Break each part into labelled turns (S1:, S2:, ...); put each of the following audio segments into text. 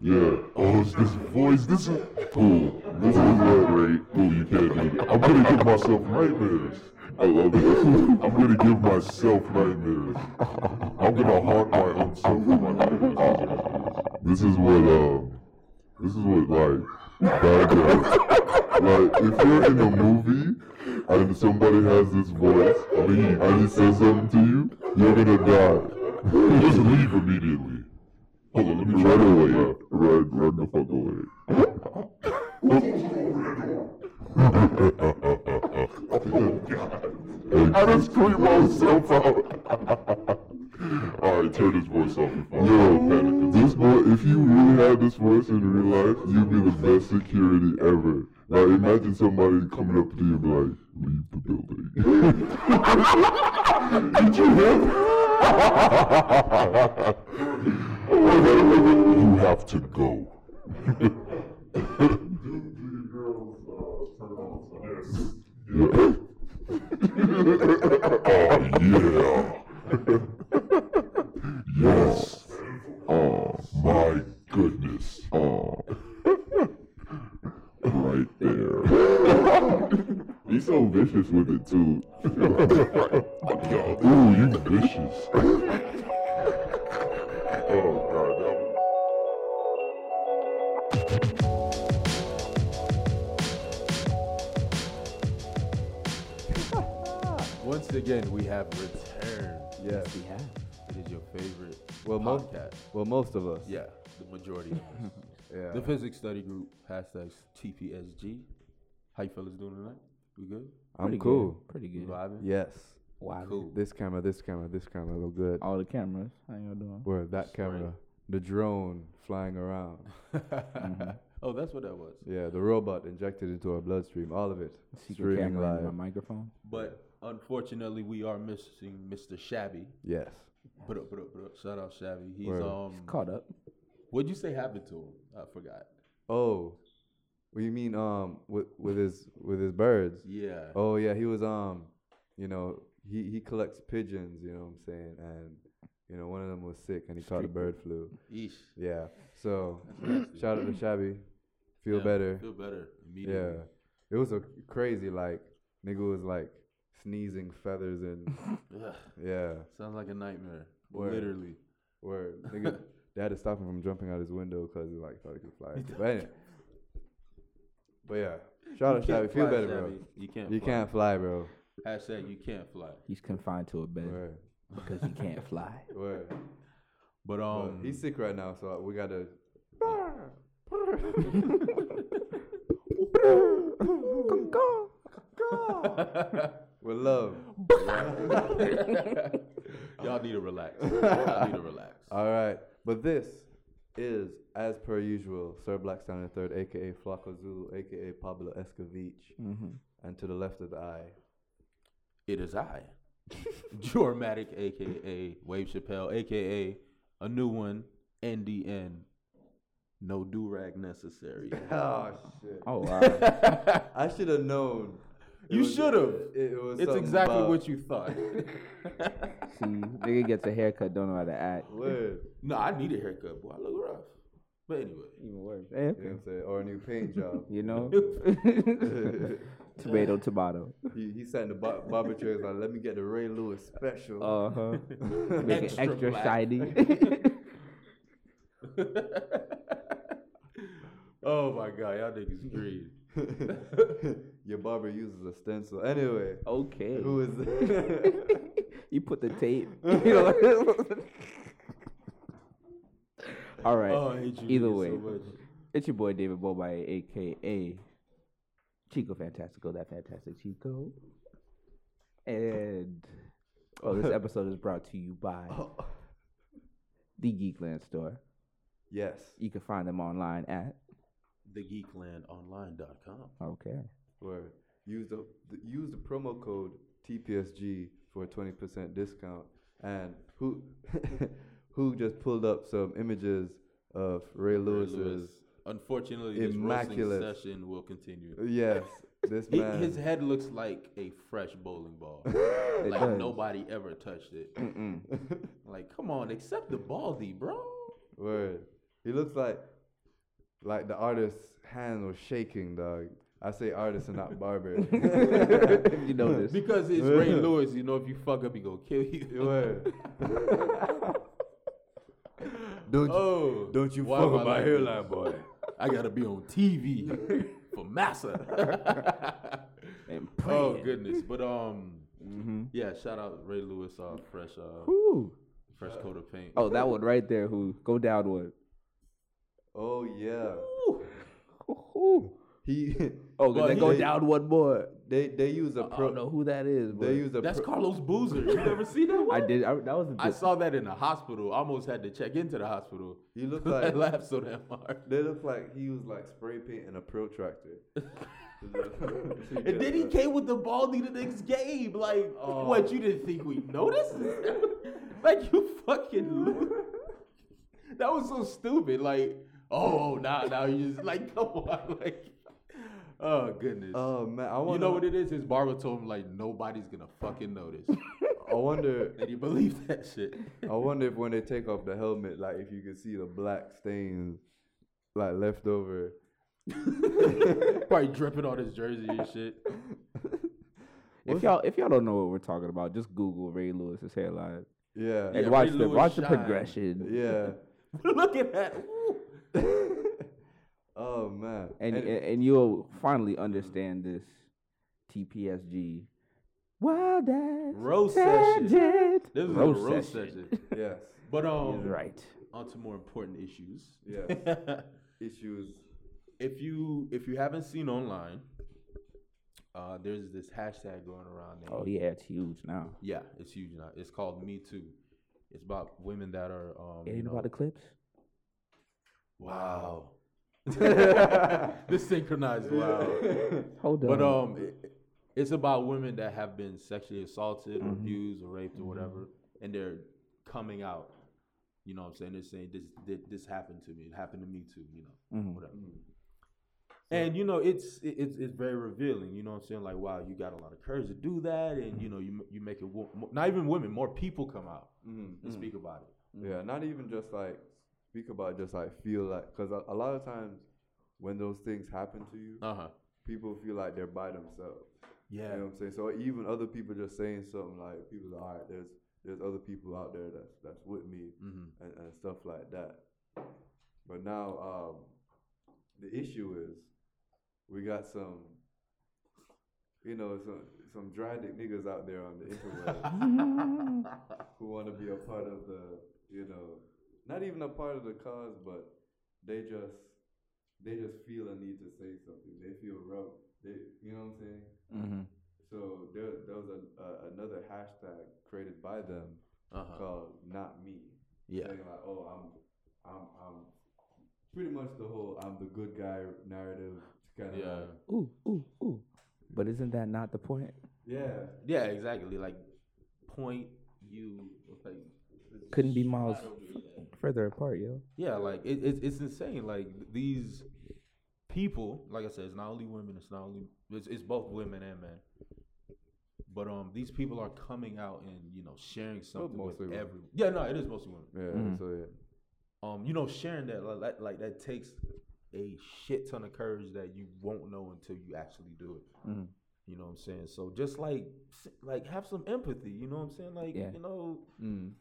S1: Yeah. Oh, it's this voice. This is cool. This is that right. Cool. You can't do that. I'm gonna give myself nightmares. I love it. I'm gonna give myself nightmares. I'm gonna haunt my own self with my nightmares. This is what um. This is what like bad guys. Like if you're in a movie and somebody has this voice and he, and he says something to you, you're gonna die. Just leave immediately. Hold on, let me run away. Run, run the fuck away. I just screamed myself out. Alright, turn this voice off. Yo, this boy, if you really had this voice in real life, you'd be the best security ever. Now imagine somebody coming up to you and be like, leave the building. Did you hear? that? you have to go. Yeah. oh yeah. yes. Oh my goodness. Oh. right there. He's so vicious with it too. Ooh, you vicious. oh god. that was-
S2: Once again, we have returned. Yes,
S3: We have.
S2: it is your favorite
S4: Well, most,
S2: podcast.
S4: well, most of us.
S2: Yeah, the majority of us.
S3: Yeah.
S2: The physics study group, hashtag TPSG. How you fellas doing tonight? We good?
S4: I'm
S3: Pretty good,
S4: cool.
S3: Pretty
S2: You
S3: good.
S2: vibing?
S4: Yes.
S3: Wow.
S2: Cool.
S4: This camera, this camera, this camera look good.
S3: All the cameras. How y'all doing?
S4: Where that
S2: Sorry.
S4: camera, the drone flying around.
S2: oh, that's what that was.
S4: Yeah, the robot injected into our bloodstream. All of it. Streaming
S3: camera
S4: live.
S3: and my microphone.
S2: But unfortunately, we are missing Mr. Shabby.
S4: Yes.
S2: Put up, put up, put up. Shout out Shabby. He's
S4: Word.
S2: um.
S3: Caught up.
S2: What'd you say happened to him? I forgot.
S4: Oh, well, you mean um with with his with his birds?
S2: Yeah.
S4: Oh yeah, he was um, you know, he he collects pigeons. You know what I'm saying? And you know, one of them was sick, and he caught a
S3: Street
S4: bird flu.
S2: Eesh.
S4: Yeah. So
S2: nasty.
S4: shout out to Shabby. Feel
S2: Yeah,
S4: better.
S2: Feel better.
S4: Yeah.
S2: Immediately.
S4: It was a crazy like nigga was like sneezing feathers and
S2: Yeah.
S4: yeah.
S2: Sounds like a nightmare.
S4: Word.
S2: Literally.
S4: Where nigga they had to stop him from jumping out his window because he like thought he could fly. But anyway. But yeah. Shout
S2: You
S4: out Shabby.
S2: can't
S4: Feel
S2: fly,
S4: better, bro.
S2: Shabby. You can't.
S4: You
S2: fly.
S4: can't fly, bro.
S2: Hashtag you can't fly.
S3: He's confined to a bed
S4: Word.
S3: because he can't fly.
S4: Word.
S2: But
S4: But
S2: um,
S4: he's sick right now, so we gotta with love.
S2: y'all need to relax. Y'all need to relax.
S4: All right, but this is, as per usual, Sir Blackstown the Third, aka Flacco Zulu, aka Pablo Escovich,
S2: Mm-hmm.
S4: and to the left of the eye.
S2: It is I, Dramatic, aka Wave Chappelle, aka a new one, NDN. No do rag necessary.
S4: Oh shit!
S3: Oh wow.
S4: I should have known. It
S2: You
S4: was-
S2: should've.
S4: It, it was.
S2: It's exactly what you thought.
S3: See, nigga gets a haircut, don't know how to act.
S4: Word.
S2: no, I need a haircut, boy. I look rough. But anyway,
S3: Even worse. Eh?
S4: You know what I'm saying? Or a new paint job.
S3: You know? tomato, tomato.
S4: he he sat in the bar- barber chair. He's like, "Let me get the Ray Lewis special."
S3: Uh huh. Make
S2: Extra
S3: it extra
S2: black.
S3: shiny.
S2: oh my god, y'all niggas green.
S4: Your barber uses a stencil. Anyway,
S3: okay.
S4: who is?
S3: you put the tape. you know? All right.
S2: Oh, I hate you
S3: Either
S2: niggas
S3: way,
S2: so much.
S3: it's your boy David Bobay, aka Chico Fantastico, that fantastic Chico. And oh, this episode is brought to you by
S4: Oh.
S3: the Geekland store.
S4: yes.
S3: You can find them online at
S2: TheGeeklandOnline.com.
S3: okay.
S4: Word. Use the, the use the promo code TPSG for a twenty percent discount. And who who just pulled up some images of Ray
S2: Ray
S4: Lewis's?
S2: Lewis. Unfortunately, this
S4: immaculate-
S2: roasting session will continue.
S4: Yes, this
S2: He,
S4: man.
S2: his head looks like a fresh bowling ball.
S3: It
S2: like
S3: does.
S2: nobody ever touched it. Like, come on, accept the baldy, bro.
S4: Word. He looks like like the artist's hand was shaking, dog. I say artist and not barber.
S3: you know this.
S2: Because it's Ray Lewis, you know, if you fuck up, he gonna kill you.
S4: Word. don't
S2: Oh,
S4: don't you
S2: why
S4: fuck
S2: am I
S4: with my
S2: like
S4: hairline,
S2: this?
S4: boy.
S2: I gotta be on TV for massa.
S3: And
S2: oh
S3: praying.
S2: goodness, but um,
S4: Mm-hmm.
S3: Mhm.
S2: yeah, shout out Ray Lewis, uh, fresh, uh,
S3: Whew.
S2: fresh coat of paint.
S3: Oh, that one right there. Who go down one?
S4: Oh yeah.
S3: Woo-hoo.
S4: He
S3: Oh,
S2: Well,
S3: then
S2: he-
S3: go down one more.
S4: they they use a
S3: I
S4: pro
S3: don't know who that is, but
S4: they use a
S2: that's
S4: pro-
S2: Carlos Boozer. You never see that one?
S3: I did. I, that was a
S2: I
S3: dis-
S2: saw that in the hospital. I almost had to check into the hospital.
S4: he looked
S2: I
S4: like
S2: laughed so damn hard.
S4: they look like he was like spray painting a protractor.
S2: And then he came with the baldy the next game. Like, what? You didn't think we noticed? like, you fucking. lo- that was so stupid. Like, oh, now, now you just like, come on, like, oh goodness.
S4: Oh man, I
S2: you
S4: want
S2: know what it is? His barber told him like nobody's gonna fucking notice,
S4: I wonder
S2: and he believed that shit.
S4: I wonder if when they take off the helmet, like if you can see the black stains, like left over.
S2: Probably dripping on his jersey and shit.
S3: if y'all if y'all don't know what we're talking about, just Google Ray Lewis's hairline
S4: Yeah,
S3: and
S2: Yeah,
S3: watch
S2: Ray
S3: the
S2: Lewis
S3: watch the
S2: shine.
S3: progression.
S4: yeah.
S2: Look at that. Ooh.
S4: oh man,
S3: and, and and you'll finally understand this TPSG wild ass
S2: Row session.
S3: tangent.
S2: This is
S3: Row
S2: a roast
S3: session.
S2: session.
S4: yes,
S2: But
S3: You're
S2: um,
S3: right.
S2: on to more important issues.
S4: yes, issues.
S2: if you if you haven't seen online, uh, there's this hashtag going around. Named,
S3: Oh yeah, it's huge now.
S2: yeah, it's huge now. It's called Me Too. It's about women that are um.
S3: It
S2: you
S3: ain't
S2: know-
S3: about the clips.
S2: wow. the synchronized wow.
S3: Hold on.
S2: But um, it, it's about women that have been sexually assaulted or abused or raped or whatever, and they're coming out. You know what I'm saying? They're saying this thi- this happened to me. It happened to me too. You know,
S3: Mhm.
S2: whatever. And you know, it's it- it's it's very revealing. You know what I'm saying? Like, wow, you got a lot of courage to do that, and you know, you m- you make it wo- mo- not even women, more people come out
S4: Mm,
S2: and speak about it.
S4: Yeah, not even just like speak about, just like feel like, because a, a lot of times when those things happen to you,
S2: Uh huh.
S4: people feel like they're by themselves.
S2: Yeah.
S4: You know what I'm saying? So even other people just saying something like, people like, all right, there's there's other people out there that's that's with me
S2: Mhm.
S4: and, and stuff like that. But now um, the issue is we got some, you know, some some dry dick niggas out there on the internet who want to be a part of the, you know, not even a part of the cause, but they just they just feel a need to say something. They feel rough. They, you know what I'm saying?
S3: mm-hmm.
S4: So there, there was a, a, another hashtag created by them
S2: Uh huh.
S4: called "Not Me."
S2: Yeah.
S4: Saying like, oh, I'm, I'm, I'm, pretty much the whole "I'm the good guy" narrative. Kind of.
S2: Yeah.
S3: ooh ooh ooh. But isn't that not the point?
S4: yeah.
S2: Yeah. Exactly. Like, point you. Like,
S3: Couldn't be miles further apart, yo.
S2: Yeah, like it, it, it's insane. Like these people, like I said, it's not only women. It's not only it's, it's both women and men. But um, these people are coming out and you know sharing something with
S4: mostly women.
S2: everyone. Yeah, no, it is mostly women.
S4: Yeah. So yeah.
S2: Um, you know, sharing that like, like like that takes a shit ton of courage that you won't know until you actually do it.
S4: Mm-hmm.
S3: Mhm.
S2: You know what I'm saying? So just like s- like have some empathy. You know what I'm saying? Like
S3: Yeah.
S2: you know
S4: Mm.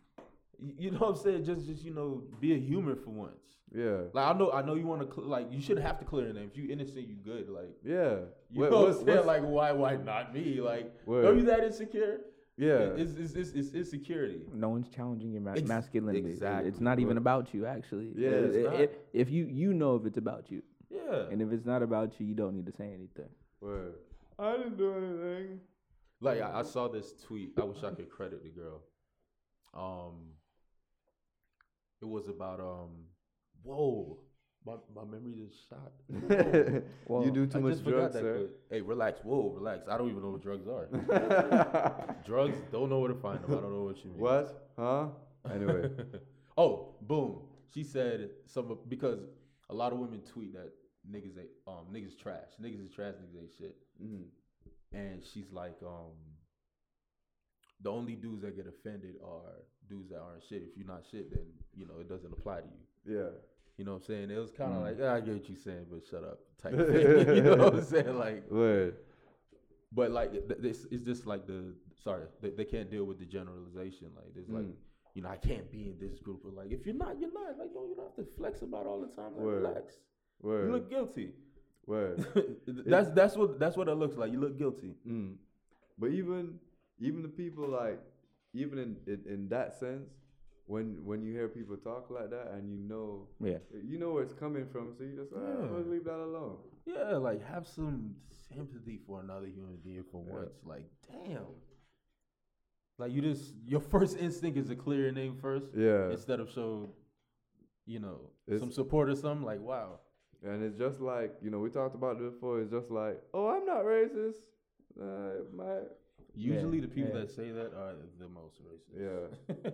S2: you you know what I'm saying? Just just you know be a human for once.
S4: Yeah.
S2: Like I know, I know you want to cl- like you should have to clear your name. If you innocent, you good. Like
S4: Yeah.
S2: you
S4: What-
S2: know what
S4: what's-
S2: I'm saying?
S4: what's-
S2: Like why, why not me? Like
S4: Word.
S2: are you that insecure?
S4: yeah.
S2: It's it's it's, it's insecurity.
S3: No one's challenging your ma-
S2: Ex-
S3: masculinity. It-
S2: exactly,
S3: It's not even
S4: bro.
S3: about you, actually.
S4: Yeah,
S3: It-
S4: it's
S3: it-
S2: not.
S3: it- if you you know if it's about you,
S2: Yeah.
S3: and if it's not about you, you don't need to say anything.
S4: Word. I didn't do anything.
S2: Like I, I saw this tweet. I wish I could credit the girl. Um, it was about um, whoa, my my memory just shot.
S3: Well,
S4: you do too
S2: I
S4: much
S2: just forgot
S4: drugs,
S2: that
S4: sir.
S2: quick. Hey, relax. Whoa, relax. I don't even know what drugs are. drugs don't know where to find them. I don't know what you mean.
S4: What? Huh? Anyway.
S2: oh, boom. She said some of- because a lot of women tweet that niggas ain't um niggas trash. Niggas is trash, niggas ain't shit.
S4: Mm.
S2: And she's like, um, the only dudes that get offended are dudes that aren't shit. If you're not shit, then you know it doesn't apply to you.
S4: Yeah.
S2: You know what I'm saying? It was
S4: Mm.
S2: kind of like, "Yeah, I get what you're saying, but shut up type thing. you know what I'm saying? Like,
S4: Word.
S2: but like th- this is just like the sorry they, they can't deal with the generalization like there's like
S4: Mm.
S2: you know I can't be in this group but like if you're not you're not like don't you don't have to flex about all the time like
S4: Word.
S2: relax
S4: Word.
S2: you look guilty
S4: Word.
S2: that's that's what that's what it looks like you look guilty
S4: Mm. But even even the people like even in, in in that sense, when when you hear people talk like that and you know
S3: Yeah.
S4: you know where it's coming from, so you just like, "Ah,
S2: Yeah.
S4: let's leave that alone.
S2: yeah like have some sympathy for another human being for once like damn like you just your first instinct is to clear your name first
S4: Yeah.
S2: instead of show you know
S4: It's-
S2: some support or something like wow
S4: and it's just like you know we talked about it before. It's just like, oh, I'm not racist. Uh, my
S2: Usually, the people
S3: yeah.
S2: that say that are the most racist.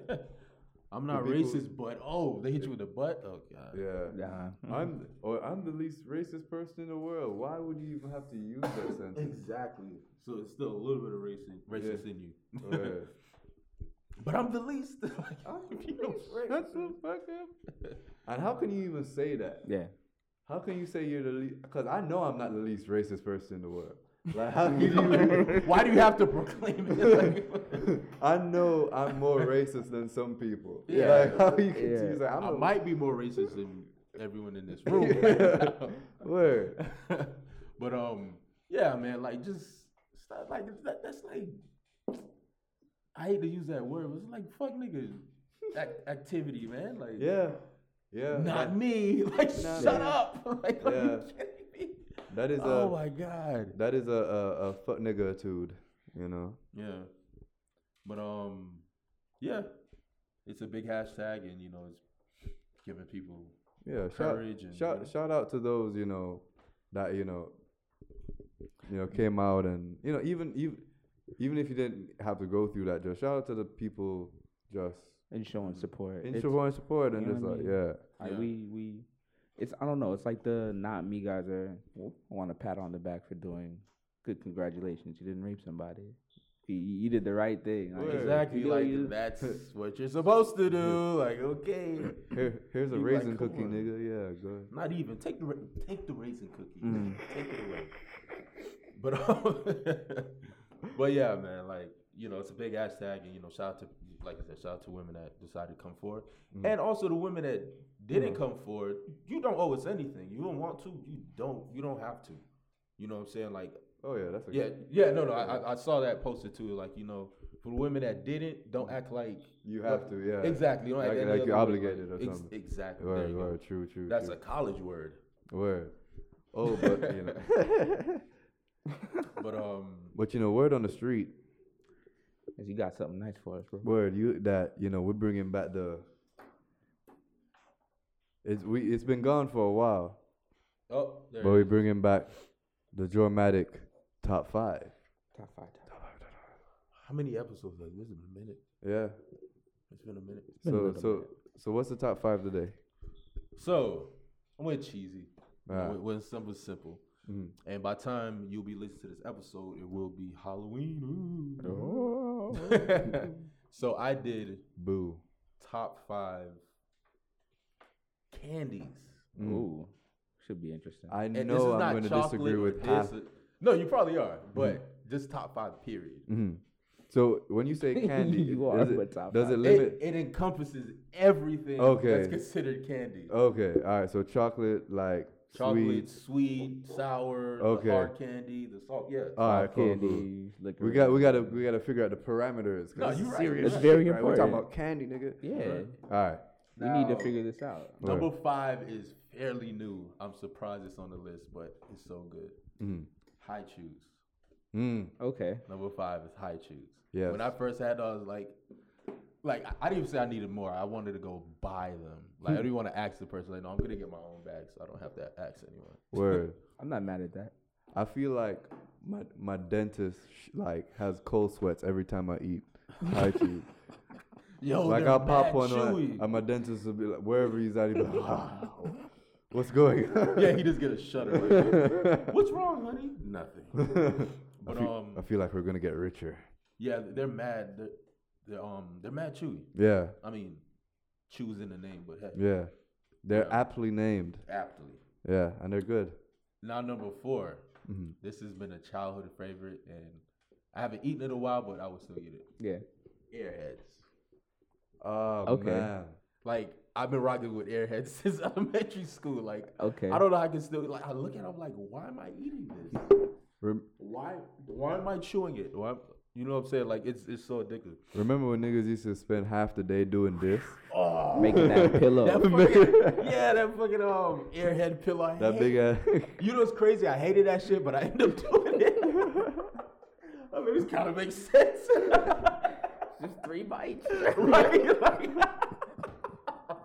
S2: Yeah. I'm
S4: The
S2: not
S4: people-
S2: racist, but oh, they hit you with a butt. Oh god.
S4: yeah.
S3: Nah.
S2: Mm-hmm.
S4: I'm or I'm the least racist person in the world. Why would you even have to use that sentence?
S2: Exactly. So it's still a little bit of racist, racist in you.
S4: Word.
S2: But I'm the least. Like, you know,
S4: Shut the fuck up. And how can you even say that?
S3: Yeah.
S4: How can you say you're the least? Because I know I'm not the least racist person in the world. Like, how can you?
S2: Why do you have to proclaim it? It's like,
S4: I know I'm more racist than some people.
S2: Yeah.
S4: Like, how you can
S3: Yeah.
S4: yeah. like, I'm
S2: I
S4: the-
S2: might be more racist than everyone in this room.
S4: Yeah. Word.
S2: but um, yeah, man, like just stop, like that, that's like I hate to use that word, but it's like fuck nigga ac- activity, man. Like
S4: Yeah. Yeah.
S2: not
S4: that-
S2: me. Like
S4: Nah.
S2: shut up. Like are you
S4: Yeah. uh,
S2: kidding me?
S4: that is a
S2: oh my god.
S4: that is a a, a fuck nigga attitude. You know.
S2: Yeah, but um, yeah, it's a big hashtag, and you know it's giving people
S4: Yeah.
S2: Courage
S4: shout
S2: and-
S4: shout shout out to those you know that you know you know came out and you know even even even if you didn't have to go through that, just shout out to the people just
S3: And showing support. It's-
S4: introvert and support and
S3: you know
S4: just
S3: what I
S4: like yeah
S3: mean? Like
S2: Yeah.
S3: we we, it's I don't know. It's like the not me guys are. I want to pat on the back for doing good. Congratulations, you didn't rape somebody. You, you did the right thing. Like,
S4: Word.
S2: exactly
S3: you know,
S2: like
S3: you-
S2: that's what you're supposed to do. Like okay,
S4: Here, here's a
S2: You like, come
S4: raisin cookie
S2: on.
S4: nigga yeah go ahead
S2: not even take the ra- take the raisin cookie, take it away. But um, but yeah, man, like you know it's a big hashtag, and you know shout out to like I said, shout out to women that decided to come forward, and also the women that didn't come forward. You don't owe us anything. You don't want to. You don't. You don't have to. You know what I'm saying? Like
S4: oh yeah that's a
S2: Yeah, yeah, no, no. I, I- I saw that posted too. Like you know, for the women that didn't, don't act like
S4: You have to, yeah.
S2: exactly. Don't act
S4: Like-
S2: any
S4: like
S2: other
S4: you're
S2: way.
S4: obligated or
S2: Ex-
S4: something.
S2: Exactly. there
S4: word
S2: you go.
S4: word true true
S2: That's
S4: true.
S2: a college word.
S4: word oh but you know
S2: But um,
S4: but you know word on the street
S3: 'cause you got something nice for us, bro.
S4: word you that you know we're bringing back the it's we it's been gone for a while
S2: oh, there.
S4: but we're bringing back the dramatic top five
S3: Top five. Top five.
S2: How many episodes? Like this has been a minute.
S4: yeah
S2: It's been a minute.
S3: been a
S4: so
S3: little
S4: so so what's the top five today
S2: So I went cheesy. You know,
S4: Ah.
S2: When when something simple.
S4: Mhm.
S2: And by time you'll be listening to this episode, it will be Halloween. Ooh.
S4: Oh.
S2: so I did
S4: boo
S2: top five candies.
S4: Mm.
S3: Ooh, should be interesting.
S4: I
S2: And this
S4: know
S2: is not
S4: I'm gonna
S2: chocolate
S4: disagree
S2: or
S4: with
S2: this
S4: half Mm-hmm.
S2: or- No, you probably are, but just top five period.
S4: Mhm. So when you say candy,
S3: You
S4: does
S3: are
S4: it-
S3: but top
S4: does it
S3: five.
S4: limit?
S2: It, it encompasses everything
S4: Okay. Oh,
S2: that's considered candy.
S4: okay, all right. So chocolate, like
S2: Chocolate,
S4: sweet.
S2: sweet, sour,
S4: Okay. Uh,
S2: the hard candy, the salt. Yeah.
S4: All right, cool, cool.
S3: candies, liquor.
S4: We got we gotta we gotta figure out the parameters. 'cause
S2: No,
S4: this
S2: you
S4: is
S2: right,
S4: serious.
S2: you're
S3: It's very
S4: shit, right? We're talking about
S3: important.
S4: candy, nigga.
S3: Yeah.
S4: All right.
S3: we need
S2: Now-
S3: to figure this out.
S4: Word.
S2: Number five is fairly new. I'm surprised it's on the list, but it's so good.
S4: Mm.
S2: High chews.
S4: Mm.
S3: Okay.
S2: Number five is high chews.
S4: Yes.
S2: When I first had those, like, like I- I didn't even say I needed more. I wanted to go buy them.
S4: Hmm.
S2: Like I didn't want to ask the person. Like, no, I'm gonna get my own bag, so I don't have to ask anyone.
S4: Word.
S3: I'm not mad at that.
S4: I feel like my my dentist sh- like has cold sweats every time I eat. I chew.
S2: Yo,
S4: like
S2: Oh, they're
S4: I'll pop
S2: mad
S4: one on,
S2: chewy.
S4: and my dentist will be like, wherever he's at, he'll be like, "Wow, what's going on?
S2: yeah, he just get a shudder. Right now. What's wrong, honey? Nothing. But um,
S4: I feel like we're gonna get richer.
S2: yeah, they're mad. They're, they're um, they're mad chewy.
S4: Yeah,
S2: I mean, chews in the name, but hey,
S4: yeah. They're aptly named.
S2: aptly.
S4: Yeah, and they're good.
S2: Now number 4 This has been a childhood favorite, and I haven't eaten it in a while, but I would still eat it.
S3: Yeah.
S2: Airheads. Um,
S4: Oh
S3: Okay.
S4: man.
S2: Like I've been rocking with airheads since elementary school. Like
S3: Okay.
S2: I don't know. how I can still like I look at. it, I'm like, why am I eating this?
S4: Rem-
S2: Why? Why am I chewing it? Why? You know what I'm saying? Like it's it's so addictive.
S4: remember when niggas used to spend half the day doing this?
S3: Making that
S2: That
S3: pillow.
S2: fucking, yeah, that fucking um airhead pillow. I
S4: That
S2: hate-
S4: big ass.
S2: You know what's crazy? I hated that shit, but I ended up doing it. I mean, this kind of makes sense.
S3: Just three bites.
S2: right? Like,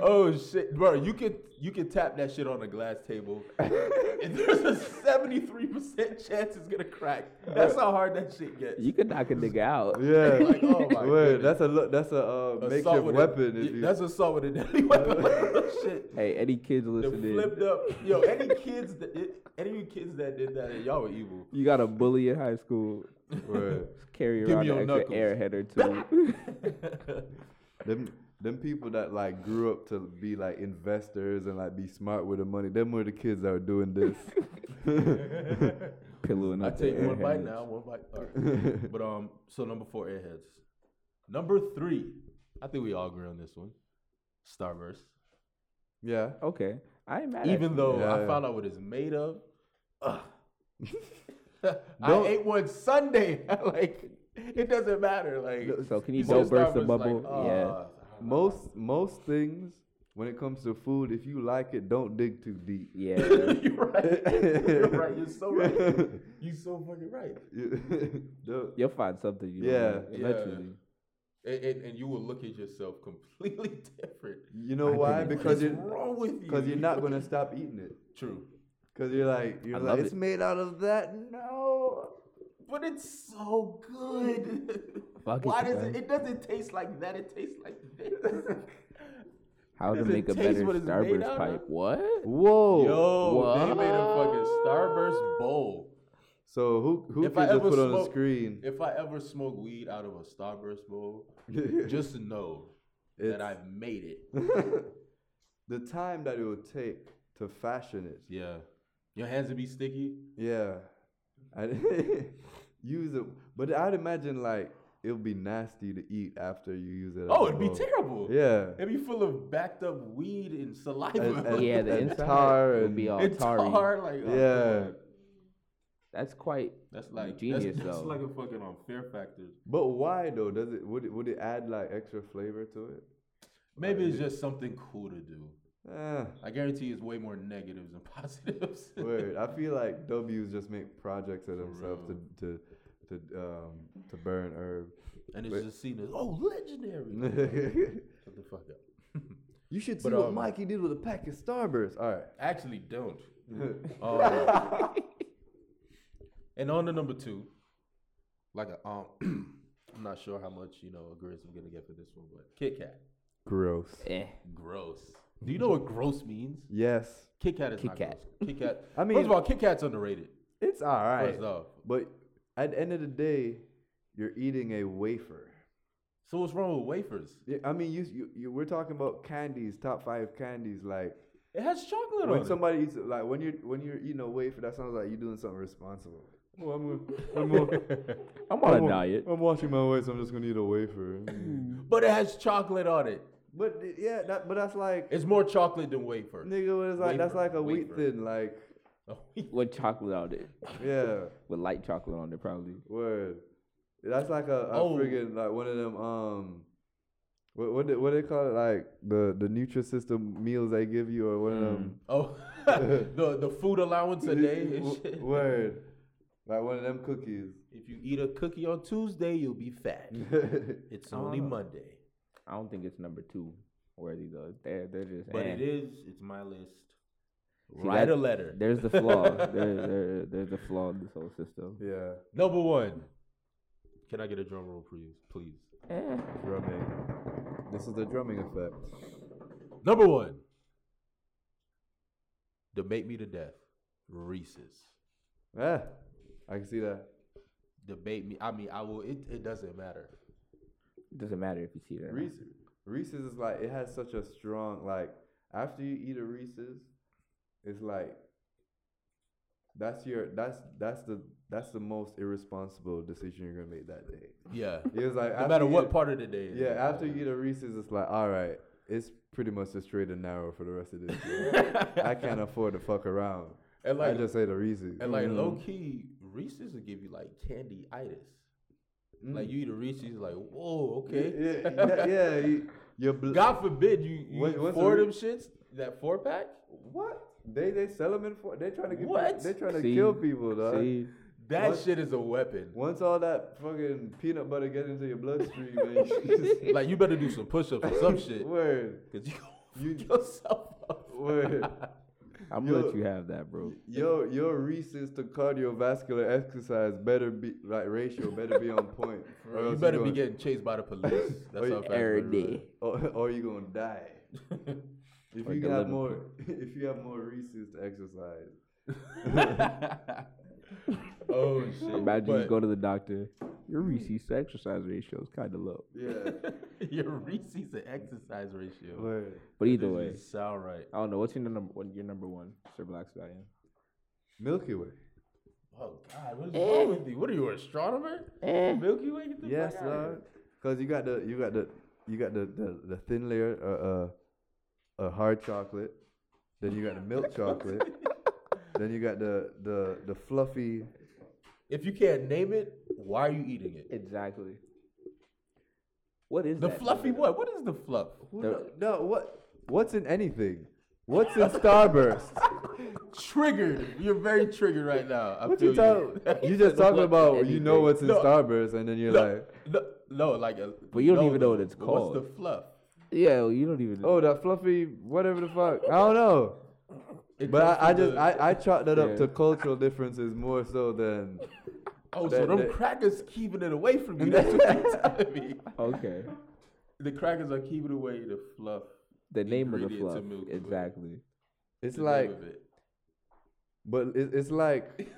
S2: oh shit, bro! You could you could tap that shit on a glass table, and there's a seventy three percent chance it's gonna crack. That's how hard that shit gets.
S3: You could knock a nigga out.
S4: yeah.
S2: Like, oh my
S4: Wait,
S2: goodness.
S4: that's a lo- that's a uh,
S2: Assault
S4: makeshift
S2: with a-
S4: weapon. if
S2: yeah,
S4: you,
S2: that's assault with a deadly weapon. Like, shit.
S3: Hey, any kids
S2: The
S3: listening?
S2: flipped up, yo. Any kids that did, any of you kids that did that, y'all were evil.
S3: You got a bully in high school.
S4: word.
S3: Just carry
S2: Give
S3: around
S2: me
S3: an
S2: your
S3: extra airhead or two.
S4: them them people that like grew up to be like investors and like be smart with the money. Them were the kids that were doing this.
S3: Pillowing
S2: I
S3: up. the
S2: take one bite
S3: airheads.
S2: now, one bite. All right. but um, so number four, airheads. Number three, I think we all agree on this one. Starburst.
S4: yeah.
S3: Okay. I ain't mad
S2: Even though
S4: Yeah,
S2: I
S4: yeah.
S2: found out what it's made of. Ugh.
S4: Don't-
S2: I ate one Sunday. like it doesn't matter. Like
S3: at you. So can you
S2: see a
S3: don't burst the
S2: Starburst, like,
S3: bubble? yeah.
S2: ah.
S4: Most most things when it comes to food, if you like it, don't dig too deep.
S3: Yeah.
S2: you're right. You're right. You're so right. You're so fucking right.
S4: The-
S3: You'll find something you
S4: Yeah,
S3: don't like,
S2: yeah.
S3: eventually.
S2: And, and, and you will look at yourself completely different.
S4: you know why? Because
S2: What's
S4: you're
S2: wrong with you?
S4: because you're not gonna stop eating it.
S2: True.
S4: Cause you're like you're
S3: I
S4: like
S3: love
S4: it's
S3: it.
S4: made out of that. No.
S2: But it's so good.
S3: Fuck it,
S2: Why does
S3: man.
S2: it? It doesn't taste like that. It tastes like this.
S3: How to
S2: Does it
S3: make a
S2: taste
S3: better
S2: what it's made
S3: Starburst
S2: out of?
S3: pipe. What?
S4: Whoa.
S2: Yo, they
S3: What?
S2: made a fucking Starburst bowl.
S4: So who who
S2: If
S4: could
S2: I
S4: just
S2: ever
S4: put on the
S2: smoke-
S4: screen?
S2: If I ever smoke weed out of a Starburst bowl, just know
S4: It's-
S2: that I've made it.
S4: the time that it would take to fashion it.
S2: Yeah. Your hands would be sticky.
S4: Yeah. I use it, but I'd imagine like it'll be nasty to eat after you use it. as
S2: Oh,
S4: a
S2: it'd be
S4: bowl.
S2: terrible. Oh,
S4: Yeah.
S2: It'd be full of backed up weed and saliva.
S4: And- and-
S3: Yeah, the
S4: and
S3: inside
S4: tar
S3: would be
S4: and-
S3: all
S2: it's
S3: tarry.
S2: hard. Like, oh,
S4: Yeah.
S2: God.
S3: That's quite
S2: That's like
S3: genius
S2: That's, that's
S3: though.
S2: like a fucking um, fear factor.
S4: But why though? Does it would it would it add like extra flavor to it?
S2: Maybe it's just something cool to do.
S4: Eh,
S2: I guarantee it's way more negatives than positives.
S4: weird. I feel like W's just make projects of themselves to
S2: real.
S4: to to um to burn herb.
S2: and it's
S4: But-
S2: just seen as oh legendary. Shut the fuck up.
S4: you should see
S2: But,
S4: what
S2: um,
S4: Mikey did with a pack of Starburst. All right.
S2: Actually, don't. Um, and on to number two, like a, um, I'm not sure how much you know agrees I'm gonna get for this one, but Kit Kat,
S4: Gross.
S3: eh.
S2: gross. Do you know what gross means?
S4: Yes.
S2: Kit Kat is
S3: Kit
S2: not
S3: Kat.
S2: gross. Kit Kat.
S4: I mean-
S2: first of all, Kit Kat's underrated.
S4: It's all right.
S2: First off,
S4: But at the end of the day, you're eating a wafer.
S2: so what's wrong with wafers?
S4: Yeah, I mean, you, you, you we're talking about candies, top five candies. Like
S2: It has chocolate on
S4: when
S2: it.
S4: somebody eats, like when you're when you're eating a wafer, that sounds like you're doing something responsible. Well, I'm, I'm,
S3: I'm on a diet.
S4: I'm watching my weight, so I'm just gonna eat a wafer.
S2: but it has chocolate on it.
S4: but th- yeah, that, but that's like
S2: It's more chocolate than wafer. Oh,
S4: nigga, it's like that's
S2: Wafer,
S4: like a wheat
S2: wafer.
S4: thin, like
S3: With chocolate on it.
S4: yeah,
S3: With light chocolate on it probably.
S4: word. That's like a, a
S2: Oh.
S4: friggin' like one of them um. What what they, what they call it like the the Nutrisystem meals they give you or one of them
S2: Oh, the the food allowance a day. Mm. and
S4: W-
S2: shit.
S4: Word. Like one of them cookies.
S2: If you eat a cookie on Tuesday, you'll be fat. It's only
S3: Oh,
S2: Monday,
S3: I don't think it's number two worthy though. They're they're just
S2: but it
S3: eh.
S2: is. It's my list.
S3: See,
S2: Write a
S3: that-
S2: letter.
S3: There's the flaw. there, there, there's the flaw in this whole system.
S4: yeah.
S2: Number one. Can I get a drum roll, please? Please.
S3: Eh.
S4: Drumming. This is the drumming effect.
S2: Number one. Debate me to death. Reese's.
S4: Yeah. I can see that.
S2: Debate me. I mean, I will. It, it doesn't matter.
S3: It doesn't matter if you see that.
S4: Reese Reese's is like it has such a strong like after you eat a Reese's, it's like that's your that's that's the that's the most irresponsible decision you're gonna make that day.
S2: Yeah.
S4: It was like
S2: No
S4: after
S2: matter
S4: you
S2: what
S4: eat-
S2: part of the day. it
S4: Yeah,
S2: is.
S4: after you eat a Reese's, it's like all right, it's pretty much a straight and narrow for the rest of this year. I can't afford to fuck around.
S2: And
S4: I
S2: like
S4: just say the Reese's.
S2: and like
S4: Mm.
S2: low key, Reese's will give you like candy itis. Like you eat a Reese's, like whoa, okay.
S4: Mm. Mm-hmm. Yeah, yeah, yeah you, your bl-
S2: God forbid you, you
S4: What-
S2: eat
S4: what's
S2: four of
S4: a
S2: them shits that four pack.
S4: What? They they sell them in for? They trying to get
S2: What?
S4: They trying to
S3: See?
S4: kill people, dog.
S3: See,
S2: That
S4: What?
S2: shit is a weapon.
S4: Once all that fucking peanut butter get into your bloodstream, man, you
S2: like you better do some push-ups or some shit,
S4: just, word,
S2: cause you gonna
S4: You-
S2: fuck yourself up.
S4: word.
S3: I'm gonna let
S4: Yo.
S3: you have that, bro.
S4: Your your Reese's to cardiovascular exercise better be like ratio better be on point. or else Oh,
S2: You better be
S4: gonna-
S2: getting chased by the police. That's
S4: you-
S2: how fast
S3: Every
S2: money run.
S3: day.
S4: or, or you gonna die. If
S3: Or
S4: you
S3: the
S4: have
S3: liver.
S4: more, if you have more Reese's to exercise,
S2: oh shit!
S3: Imagine you
S2: But
S3: go to the doctor. Your Reese's to exercise ratio is kind of low.
S4: yeah,
S2: your Reese's to exercise ratio.
S4: word.
S3: But either
S2: Doesn't
S3: way,
S2: sound right.
S3: I don't know. What's your number? What, your number one, Sir Black Stallion?
S4: Milky Way.
S2: Oh God, what is
S4: Eh.
S2: wrong with you? What are you, an astronomer? Milky Way? Get the
S4: Yes,
S2: fuck outta here.
S4: Lord. Cause you got the you got the you got the the, the thin layer of uh, uh, hard chocolate. Then you got the milk chocolate. then you got the the the fluffy.
S2: If you can't name it, why are you eating it?
S3: Exactly. What is
S2: The
S3: that?
S2: fluffy what? What is the fluff?
S4: No, no, what what's in anything? What's in Starburst?
S2: Triggered. You're very triggered right now. I
S4: What
S2: feel
S4: you talking? You just talking about you know what's in
S2: No.
S4: Starburst, and then you're like,
S2: No, no, like a.
S3: But you don't
S2: no,
S3: even know what it's
S2: but
S3: called.
S2: What's the fluff?
S3: Yeah, you don't even.
S4: oh, that fluffy whatever the fuck. I don't know.
S2: It
S4: But
S2: comes
S4: I, I
S2: from
S4: just
S2: the-
S4: I, I chalk that
S3: Yeah.
S4: up to cultural differences more so than
S2: oh, so
S4: that-
S2: them
S4: that-
S2: crackers keeping it away from you. That's what you're telling me.
S3: Okay.
S2: The crackers are keeping away the fluff.
S3: The name of the
S2: Ingredient to
S3: fluff.
S2: Milky Way.
S3: Exactly.
S4: it's
S2: the name
S4: like
S2: of it.
S4: But it, it's like,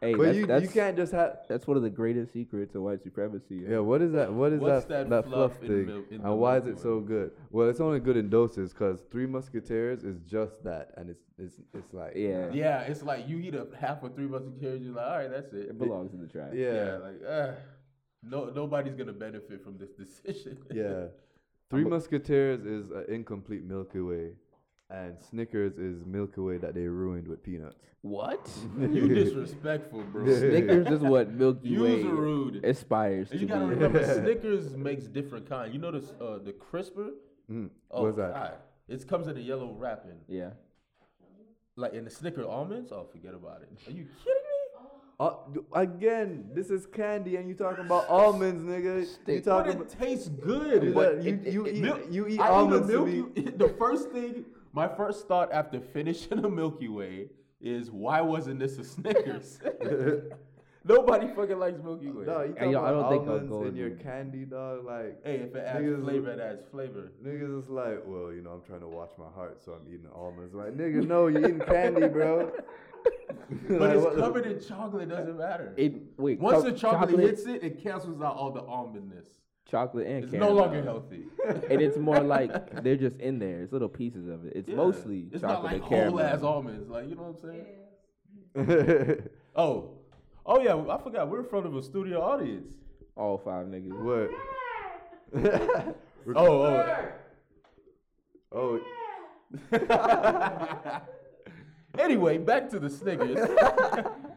S3: Hey,
S4: but
S3: that's,
S4: you
S3: that's,
S4: you can't just have.
S3: That's one of the greatest secrets of white supremacy.
S4: Yeah, what is that? What is
S2: What's
S4: that?
S2: that
S4: That,
S2: fluff
S4: fluff,
S2: in
S4: thing,
S2: mil- in the
S4: and why is
S2: Milky
S4: it so good? Well, it's only good in doses because Three Musketeers is just that, and it's it's it's like
S3: Yeah.
S2: Yeah, it's like you eat a half or three musketeers. You're like, all right, that's it.
S3: It belongs in the trash.
S4: yeah,
S2: Yeah,
S4: yeah.
S2: like uh, no, nobody's gonna benefit from this decision.
S4: Three Musketeers is an incomplete Milky Way, and Snickers is Milky Way that they ruined with peanuts.
S3: What?
S2: you disrespectful, bro.
S3: Snickers is what Milky
S2: You
S3: Way
S2: was rude.
S3: aspires to
S2: And you gotta
S3: be.
S2: remember, Snickers makes different kind. You know this, uh, the crisper.
S4: Mm.
S2: Oh
S4: What's that?
S2: God, it comes in a yellow wrapping.
S3: yeah.
S2: Like in the Snicker almonds. Oh, forget about it. Are you kidding
S4: Uh, d- again, this is candy, and you talking about almonds, nigga. You
S3: Stick.
S2: me?
S4: talking
S2: But
S4: about
S2: it tastes good.
S4: But
S2: Like,
S4: you-
S2: it-
S4: you
S2: it-
S4: eat-
S2: milk-
S4: you eat
S2: I a
S4: almonds to
S2: Milky- The first thing, my first thought after finishing a Milky Way is, why wasn't this a Snickers? Nobody fucking likes Milky Way.
S4: no, you
S3: I don't-
S4: talking
S3: I
S4: about
S3: don't think I'll
S4: almonds
S3: go
S4: in your
S3: in-
S4: candy, dog. Like
S2: Hey, if it adds
S4: Niggas-
S2: flavor, it adds flavor.
S4: Niggas is like, well, you know, I'm trying to watch my heart, so I'm eating almonds. Like, nigga, no, you eating candy, bro.
S2: But it's covered in chocolate, doesn't matter.
S3: It wait.
S2: Once
S3: co-
S2: the chocolate, hits it, it cancels out all the almondness.
S3: chocolate and
S2: It's
S3: caramel.
S2: no longer healthy.
S3: and it's more like they're just in there. It's little pieces of it. It's
S2: Yeah.
S3: mostly
S2: it's not
S3: chocolate
S2: like
S3: and
S2: whole ass
S3: caramel.
S2: almonds. Like you know what I'm saying?
S4: the.
S2: Oh, oh yeah, I forgot. We're in front of a studio audience.
S3: All five niggas.
S4: what?
S2: Oh, oh.
S4: Oh,
S2: Anyway, back to the Snickers.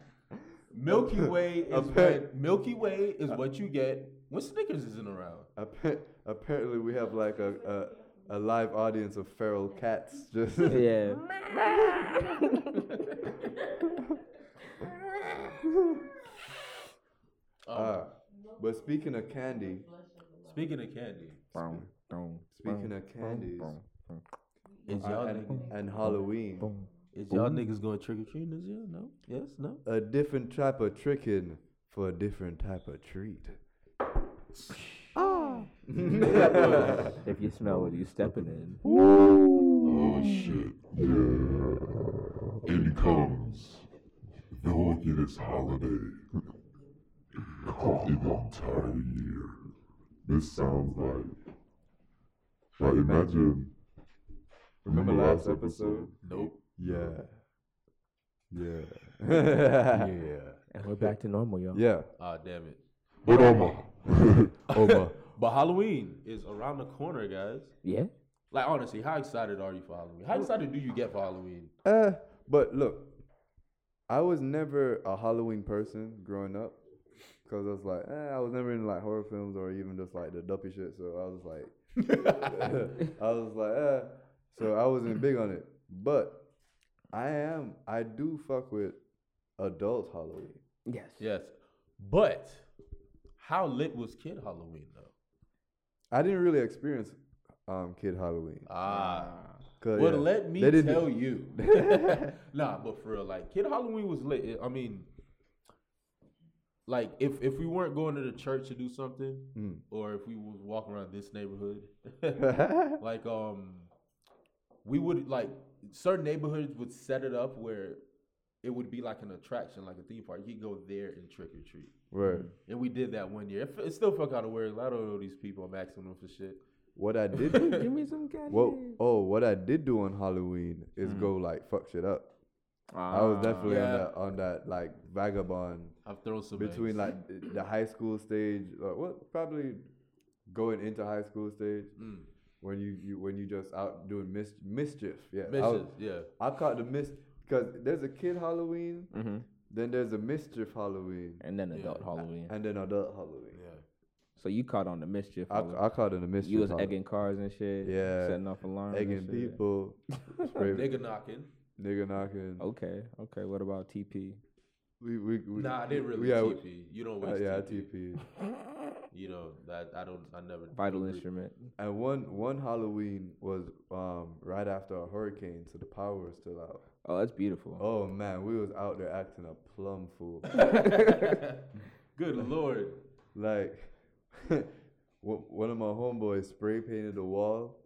S2: Milky Way is
S4: Apparent-
S2: what Milky Way is what you get when Snickers isn't around.
S4: appa- apparently we have like a, a a live audience of feral cats. Just
S3: Yeah.
S4: Ah. but speaking of candy,
S2: Speaking of candy,
S4: speaking of candies
S2: is
S4: uh,
S2: y'all
S4: and,
S2: niggas,
S4: and Halloween,
S2: is y'all niggas going trick or treating this year? No. Yes. No.
S4: a different type of tricking for a different type of treat.
S3: If you smell what you stepping in.
S1: Oh shit, yeah. And he comes. The whole get his holiday. Caught in the entire year. This sounds like. Like, imagine
S4: Remember last episode?
S2: Nope.
S4: Yeah. Yeah.
S2: Yeah.
S5: We're back to normal, yo.
S4: yeah.
S2: Ah, damn it.
S1: But um, Oma,
S4: Oma.
S2: But Halloween is around the corner, guys.
S5: Yeah.
S2: Like honestly, how excited are you for Halloween? How excited do you get for Halloween?
S4: Uh, but look, I was never a Halloween person growing up because I was like, eh, I was never into like horror films or even just like the dumpy shit. So I was like, I was like, eh. so I wasn't big on it. But I am, I do fuck with adult Halloween.
S5: Yes.
S2: Yes. But how lit was Kid Halloween though?
S4: I didn't really experience um kid Halloween.
S2: Ah.
S4: 'Cause,
S2: Well,
S4: yeah,
S2: let me
S4: they didn't-
S2: tell you. nah, but for real, like Kid Halloween was lit. It- I mean, like if if we weren't going to the church to do something,
S4: Mm.
S2: or if we was walking around this neighborhood,
S4: Hmm.
S2: like um, we would like certain neighborhoods would set it up where it would be like an attraction, like a theme park. You could go there and trick or treat.
S4: Word.
S2: And we did that one year. It, f- it still felt kind of weird. I don't know these people. I'm asking them for shit.
S4: What I did do,
S5: Give me some cash.
S4: what, oh, what I did do on Halloween is
S3: Mm-hmm.
S4: go like fuck shit up.
S3: Ah,
S4: I was definitely
S2: yeah.
S4: on that on that like vagabond
S2: I've thrown some
S4: between
S2: eggs.
S4: like th- the high school stage or what probably going into high school stage
S2: Mm.
S4: when you, you when you just out doing mis- mischief. Yeah, I, was-
S2: missions. Yeah.
S4: I caught the mis because there's a kid Halloween,
S3: Mm-hmm.
S4: then there's a mischief Halloween,
S3: And then adult Halloween.
S4: and then adult Halloween.
S2: Yeah.
S3: So you caught on the mischief.
S4: I,
S3: Halloween.
S4: I caught it a mischief.
S3: you was
S4: Halloween.
S3: egging cars and shit.
S4: Yeah.
S3: Setting off alarms. and
S4: egging
S3: shit.
S4: people, straight
S2: Nigga knocking.
S4: nigga knocking.
S3: Okay. Okay. What about TP?
S4: We, we, we,
S2: Nah, I didn't really
S4: yeah, we-
S2: TP. You don't
S4: uh,
S2: waste
S4: yeah, I
S2: TP.
S4: TP.
S2: You know that I don't. I never.
S3: Vital
S2: really-
S3: instrument.
S4: And one one Halloween was um, right after a hurricane, so the power was still out.
S3: Oh, that's beautiful.
S4: Oh man, we was out there acting a plum fool.
S2: Good lord.
S4: like one one of my homeboys spray painted the wall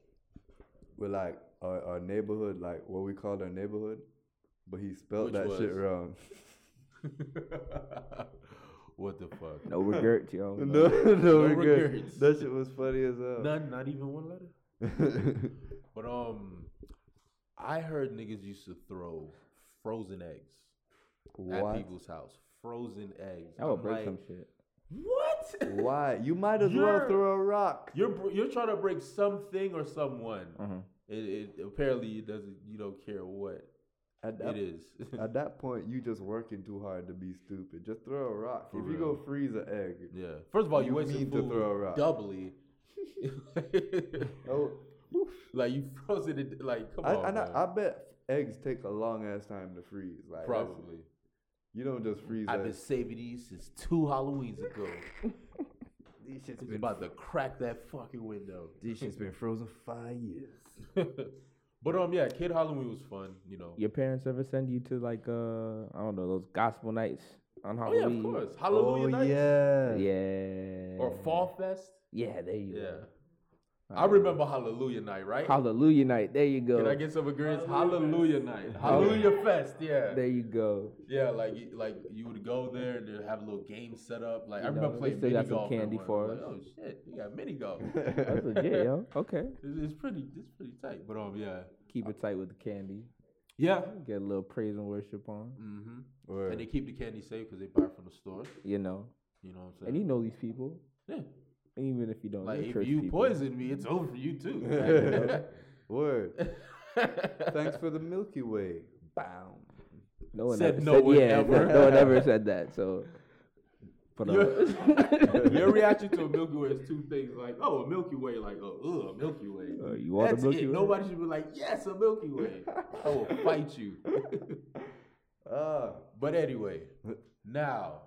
S4: with like our, our neighborhood, like what we called our neighborhood, but he spelled
S2: Which
S4: that
S2: was?
S4: shit wrong.
S2: what the fuck?
S3: No regrets, yo.
S4: no, no,
S2: regrets.
S4: regrets. That shit was funny as hell.
S2: None. Not even one letter. But um, I heard niggas used to throw frozen eggs at
S4: Why?
S2: people's house. Frozen eggs.
S3: That would
S2: I'm
S3: break
S2: like,
S3: some shit.
S2: What?
S4: Why? You might as well
S2: You're-
S4: throw a rock.
S2: You're br- you're trying to break something or someone. It, it apparently it doesn't. You don't care what
S4: At
S2: it
S4: that
S2: is.
S4: At that point, you just working too hard to be stupid. Just throw a rock. if you
S2: real.
S4: go freeze an egg,
S2: yeah. First of all, you,
S4: You
S2: wasted
S4: mean
S2: food
S4: to throw a rock.
S2: doubly.
S4: oh,
S2: like you frozen it. Like come
S4: I,
S2: on,
S4: and I,
S2: man.
S4: I bet eggs take a long ass time to freeze. Like that's-
S2: probably.
S4: you don't just freeze.
S2: I've been
S4: eggs.
S2: saving these since two Halloweens ago.
S4: This shit's
S2: It's about to crack that fucking window.
S4: this shit's been frozen five years.
S2: but um, yeah, Kid Halloween was fun. You know.
S3: Your parents ever send you to like uh I don't know those gospel nights on
S2: Oh yeah,
S3: Halloween?
S2: of course.
S4: Oh
S2: Hallelujah night
S4: yeah,
S3: Yeah.
S2: or Fall Fest.
S3: Yeah, there you
S2: Yeah.
S3: go.
S2: I remember Hallelujah night, right?
S3: Hallelujah night. There you go.
S2: Can I get some agreements? Hallelujah night. Hallelujah fest. Yeah.
S3: there you go.
S2: Yeah, like you- like you would go there and they'd have a little game set up. Like I
S3: You
S2: remember
S3: know, they
S2: playing
S3: still
S2: mini
S3: got some
S2: golf. at
S3: candy
S2: one.
S3: for
S2: Like,
S3: us.
S2: oh shit, we got mini golf.
S3: That's legit, yo. Okay.
S2: it's, it's pretty it's pretty tight. But um yeah.
S3: Keep it tight with the candy.
S2: Yeah.
S3: Get a little praise and worship on.
S2: Mm-hmm.
S4: Word.
S2: And they keep the candy safe because they buy it from the store.
S3: You know.
S2: You know what I'm
S3: And
S2: saying?
S3: you know these people.
S2: yeah.
S3: And even if you don't
S2: Like
S3: they're
S2: if
S3: church
S2: you
S3: people.
S2: poison me, it's over for you too.
S4: Word. Thanks for the Milky Way. Bow.
S3: No one
S2: Said
S3: ever
S2: no
S3: said,
S2: one
S3: yeah,
S2: ever.
S3: No one ever said that. So, but uh,
S2: your, your reaction to a Milky Way is two things. Like, oh, a Milky Way. Like, oh, ugh, a Milky Way.
S3: uh, you want
S2: That's
S3: the Milky
S2: it.
S3: Way?
S2: Nobody should be like, yes, a Milky Way. I will fight you.
S4: Ah,
S2: but anyway, now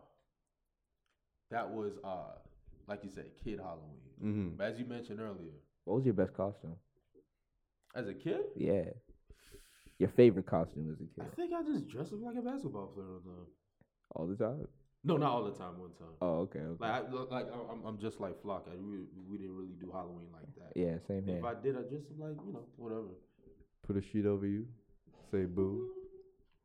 S2: that was uh, like you said, kid Halloween.
S4: Mhm.
S2: But as you mentioned earlier,
S3: What was your best costume?
S2: as a kid,
S3: Yeah, your favorite costume as a
S2: I
S3: kid
S2: think I just dressed up like a basketball player all the time.
S3: all the time.
S2: No, not all the time. One time.
S3: Oh, okay, okay.
S2: Like, I, like I- I'm, I'm just like Flock. I, we, we didn't really do Halloween like that.
S3: yeah, same
S2: If
S3: here.
S2: I did, I dressed up like you know whatever.
S4: put a sheet over you. Say boo.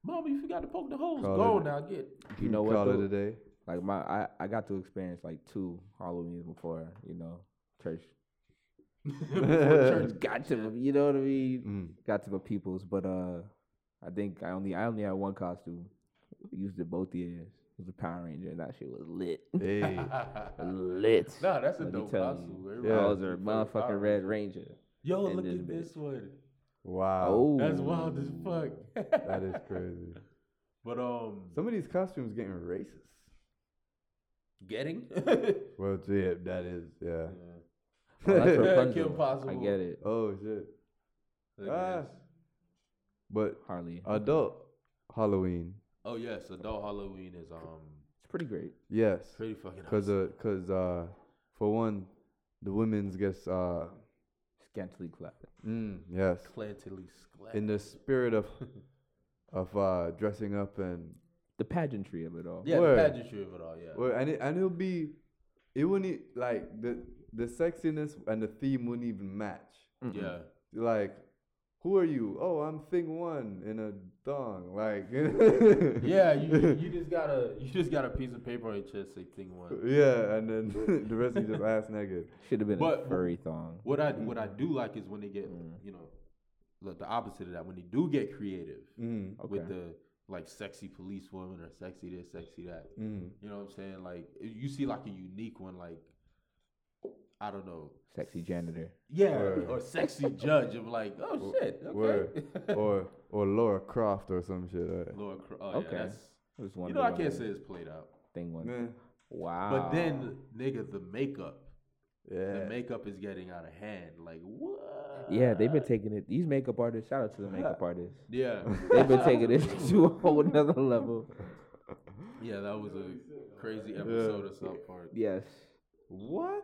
S2: Mama, you forgot to poke the holes.
S4: Call
S2: Go
S4: it-
S2: now, get.
S3: You know what,
S4: Call
S3: though?
S4: it a day.
S3: Like my, I, I got to experience like two Halloweens before you know church church got to the, you know what I mean?
S4: Mm.
S3: Got to the peoples, but uh, I think I only I only had one costume. Used it both years. It was a Power Ranger, and that shit was lit,
S4: Hey.
S3: lit.
S2: Nah, that's a
S3: Let me
S2: dope
S3: tell you.
S2: costume. Everybody
S3: I
S4: Yeah.
S3: was a
S2: should play Power
S3: motherfucking Red Ranger.
S2: Yo,
S3: in
S2: look
S3: this
S2: at this one.
S4: Wow.
S3: Oh,
S2: That's wild as fuck.
S4: That is crazy.
S2: But um,
S4: Some of these costumes getting racist.
S2: getting.
S4: Well, yeah, that is, yeah.
S3: Oh, that's Rapunzel.
S2: Kim Possible.
S3: I get it,
S4: oh shit.
S2: Look at
S4: Ah.
S2: this.
S4: But
S3: Harley.
S4: adult Halloween,
S2: Oh yes, adult Halloween is um
S3: it's pretty great.
S4: yes,
S2: pretty fucking.
S4: because uh, cause uh, for one, the women's gets uh,
S3: Scantily clad.
S4: mm, yes,
S2: Clantily scla-
S4: in the spirit of of uh dressing up and
S3: The pageantry of it all.
S2: yeah,
S4: Word.
S2: the pageantry of it all. Yeah.
S4: well, and it, and it'll be, it wouldn't e- like the the sexiness and the theme wouldn't even match.
S2: Yeah.
S4: like who are you oh i'm thing one in a thong like Mm-hmm.
S2: Yeah. You, you you just got a you just got a piece of paper on your chest say thing one.
S4: yeah and then the rest is just ass naked
S3: Should have been
S2: But-
S3: a furry thong.
S2: What I what I do like is when they get
S4: Mm.
S2: you know, look the opposite of that when they do get creative
S4: mm,
S2: with
S3: Okay.
S2: the like sexy police woman or sexy this sexy that.
S4: mm.
S2: You know what I'm saying? Like you see like a unique one like I don't know.
S3: Sexy janitor.
S2: Yeah,
S4: Word.
S2: or sexy judge. I'm like, oh shit, okay.
S4: Word. or or laura croft or some shit right?
S2: Laura Cro- oh,
S3: Okay.
S2: yeah, that's,
S3: I was
S2: you
S3: wondering
S2: know I
S3: why
S2: can't
S3: that
S2: say it's played out.
S3: thing one.
S4: Man,
S3: Wow.
S2: But then, nigga, the makeup, the
S4: Ah. yeah
S2: makeup is getting out of hand. Like what?
S3: Yeah, they've
S2: uh,
S3: been taking it. These makeup artists, shout out to the makeup artists.
S2: Yeah,
S3: They've been taking it to a whole nother level.
S2: yeah, that was a crazy episode of South Park.
S3: Yes.
S4: what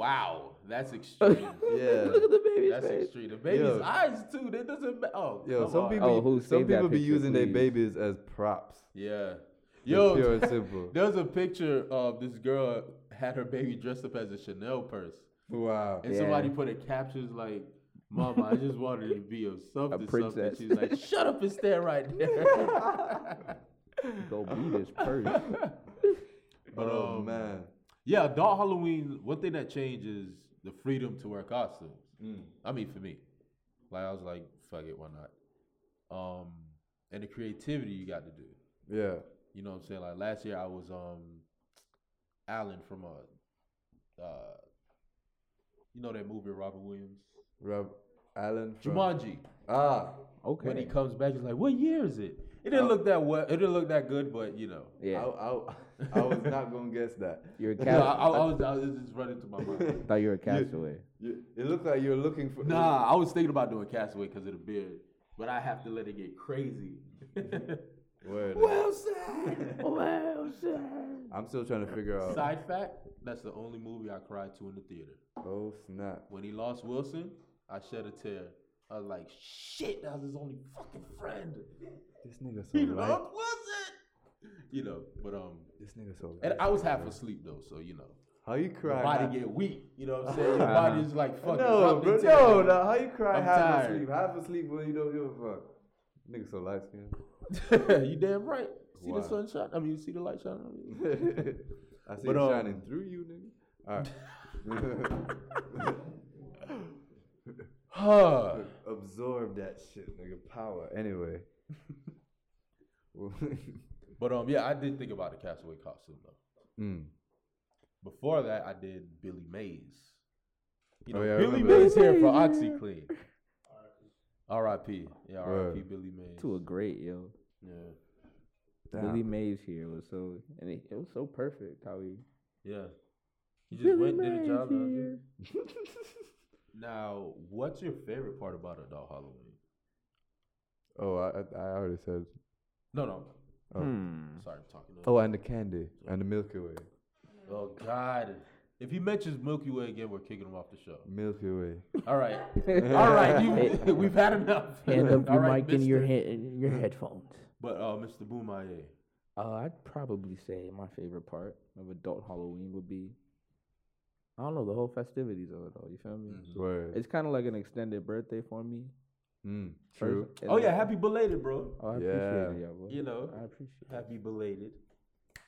S2: Wow, that's extreme.
S4: Yeah.
S3: Look at the baby's
S2: That's
S3: face.
S2: extreme. The baby's
S4: Yo.
S2: eyes too. That doesn't. Ma- oh,
S4: yo
S2: come
S4: some
S2: on.
S4: people
S3: Oh, who
S4: some
S3: saved that
S4: people be
S3: picture,
S4: using their
S3: please?
S4: babies as props
S2: Yeah.
S4: It's
S2: Yo,
S4: pure and simple
S2: there was a picture of this girl had her baby dressed up as a Chanel purse.
S4: wow
S2: And
S3: Yeah.
S2: somebody put in captions like, Mama, I just wanted to be of something, something.
S3: princess.
S2: She's like, shut up and stand right there.
S3: Go beat his purse.
S2: but,
S4: oh
S2: um,
S4: man
S2: yeah, adult Halloween, one thing that changed is the freedom to wear costumes.
S4: Mm.
S2: I mean, for me. Like, I was like, fuck it, why not? Um, and the creativity you got to do.
S4: yeah
S2: You know what I'm saying? Like, last year I was um, Alan from, uh, uh, you know that movie, Robert Williams?
S4: rob allen from,
S2: Jumanji.
S4: ah
S3: Okay.
S2: when he comes back, he's like, "What year is it?" It didn't look that well. It didn't look that good, but you know,
S4: I,
S3: yeah.
S4: I, I was not gonna guess that
S3: You're a
S2: No, I,
S3: cast-
S2: I, I was, I was just running to my mind.
S3: thought you were a castaway.
S4: You, it looked like you were looking for.
S2: nah, I was thinking about doing Castaway because of the beard, but I have to let it get crazy.
S4: Word.
S2: Wilson, Wilson.
S4: I'm still trying to figure out.
S2: Side fact: That's the only movie I cried to in the theater.
S4: Oh snap!
S2: When he lost Wilson, I shed a tear. I was like, "Shit, that was his only fucking friend."
S4: This nigga
S2: He
S4: so light.
S2: loved Wilson. You know, but um,
S4: This nigga so light.
S2: and I was half asleep though, so you know.
S4: How you cry?
S2: Your body
S4: half-
S2: get weak. You know what I'm saying? Your body is like fucking.
S4: no,
S2: rubbed
S4: bro.
S2: into
S4: No,
S2: it.
S4: no. How you cry
S2: I'm
S4: half
S2: tired.
S4: asleep? Half asleep when you don't give a fuck. Nigga so light skin.
S2: you damn right. See
S4: Wow.
S2: the sunshine? I mean, you see the light shining on you?
S4: I see
S2: But,
S4: it
S2: um,
S4: shining through you, nigga. Alright.
S2: Huh.
S4: Absorb that shit, nigga. Power. Anyway.
S2: But um, yeah, I did think about the Castaway costume though.
S4: mm.
S2: Before that, I did Billy Mays. You
S4: Oh,
S2: know,
S4: yeah, I
S2: Billy
S4: remember that.
S2: Mays here for OxyClean. R.I.P. Yeah,
S4: Word.
S2: R.I.P. Billy Mays.
S3: To a great, yo.
S2: Yeah,
S3: Billy Mays here was so, and it, it was so perfect how he.
S2: yeah. You just
S3: Billy
S2: went did a job.
S3: Mays
S2: that was it.
S3: here.
S2: Now, what's your favorite part about Adult Halloween?
S4: Oh, I, I- I already said.
S2: No, no.
S4: Oh.
S3: Hmm.
S2: Sorry, I'm talking. to
S4: Oh, and the candy and the Milky Way.
S2: Oh God! If he mentions Milky Way again, we're kicking him off the show.
S4: Milky Way.
S2: All right, all right, you, we've had enough.
S3: Hand up
S2: All
S3: your
S2: right,
S3: mic and your,
S2: mister.
S3: head, and your headphones.
S2: But uh, Mr. Boomaye,
S3: Mm. Uh, I'd probably say my favorite part of adult Halloween would be, I don't know, the whole festivities of it all. You feel me?
S4: Word.
S3: It's kind of like an extended birthday for me.
S4: Mm,
S3: first,
S4: true.
S3: and
S2: oh
S3: then-
S2: yeah, happy belated, bro.
S3: Oh, I
S4: Yeah.
S3: appreciate it, yeah, boy.
S2: You know,
S3: I appreciate it.
S2: happy belated.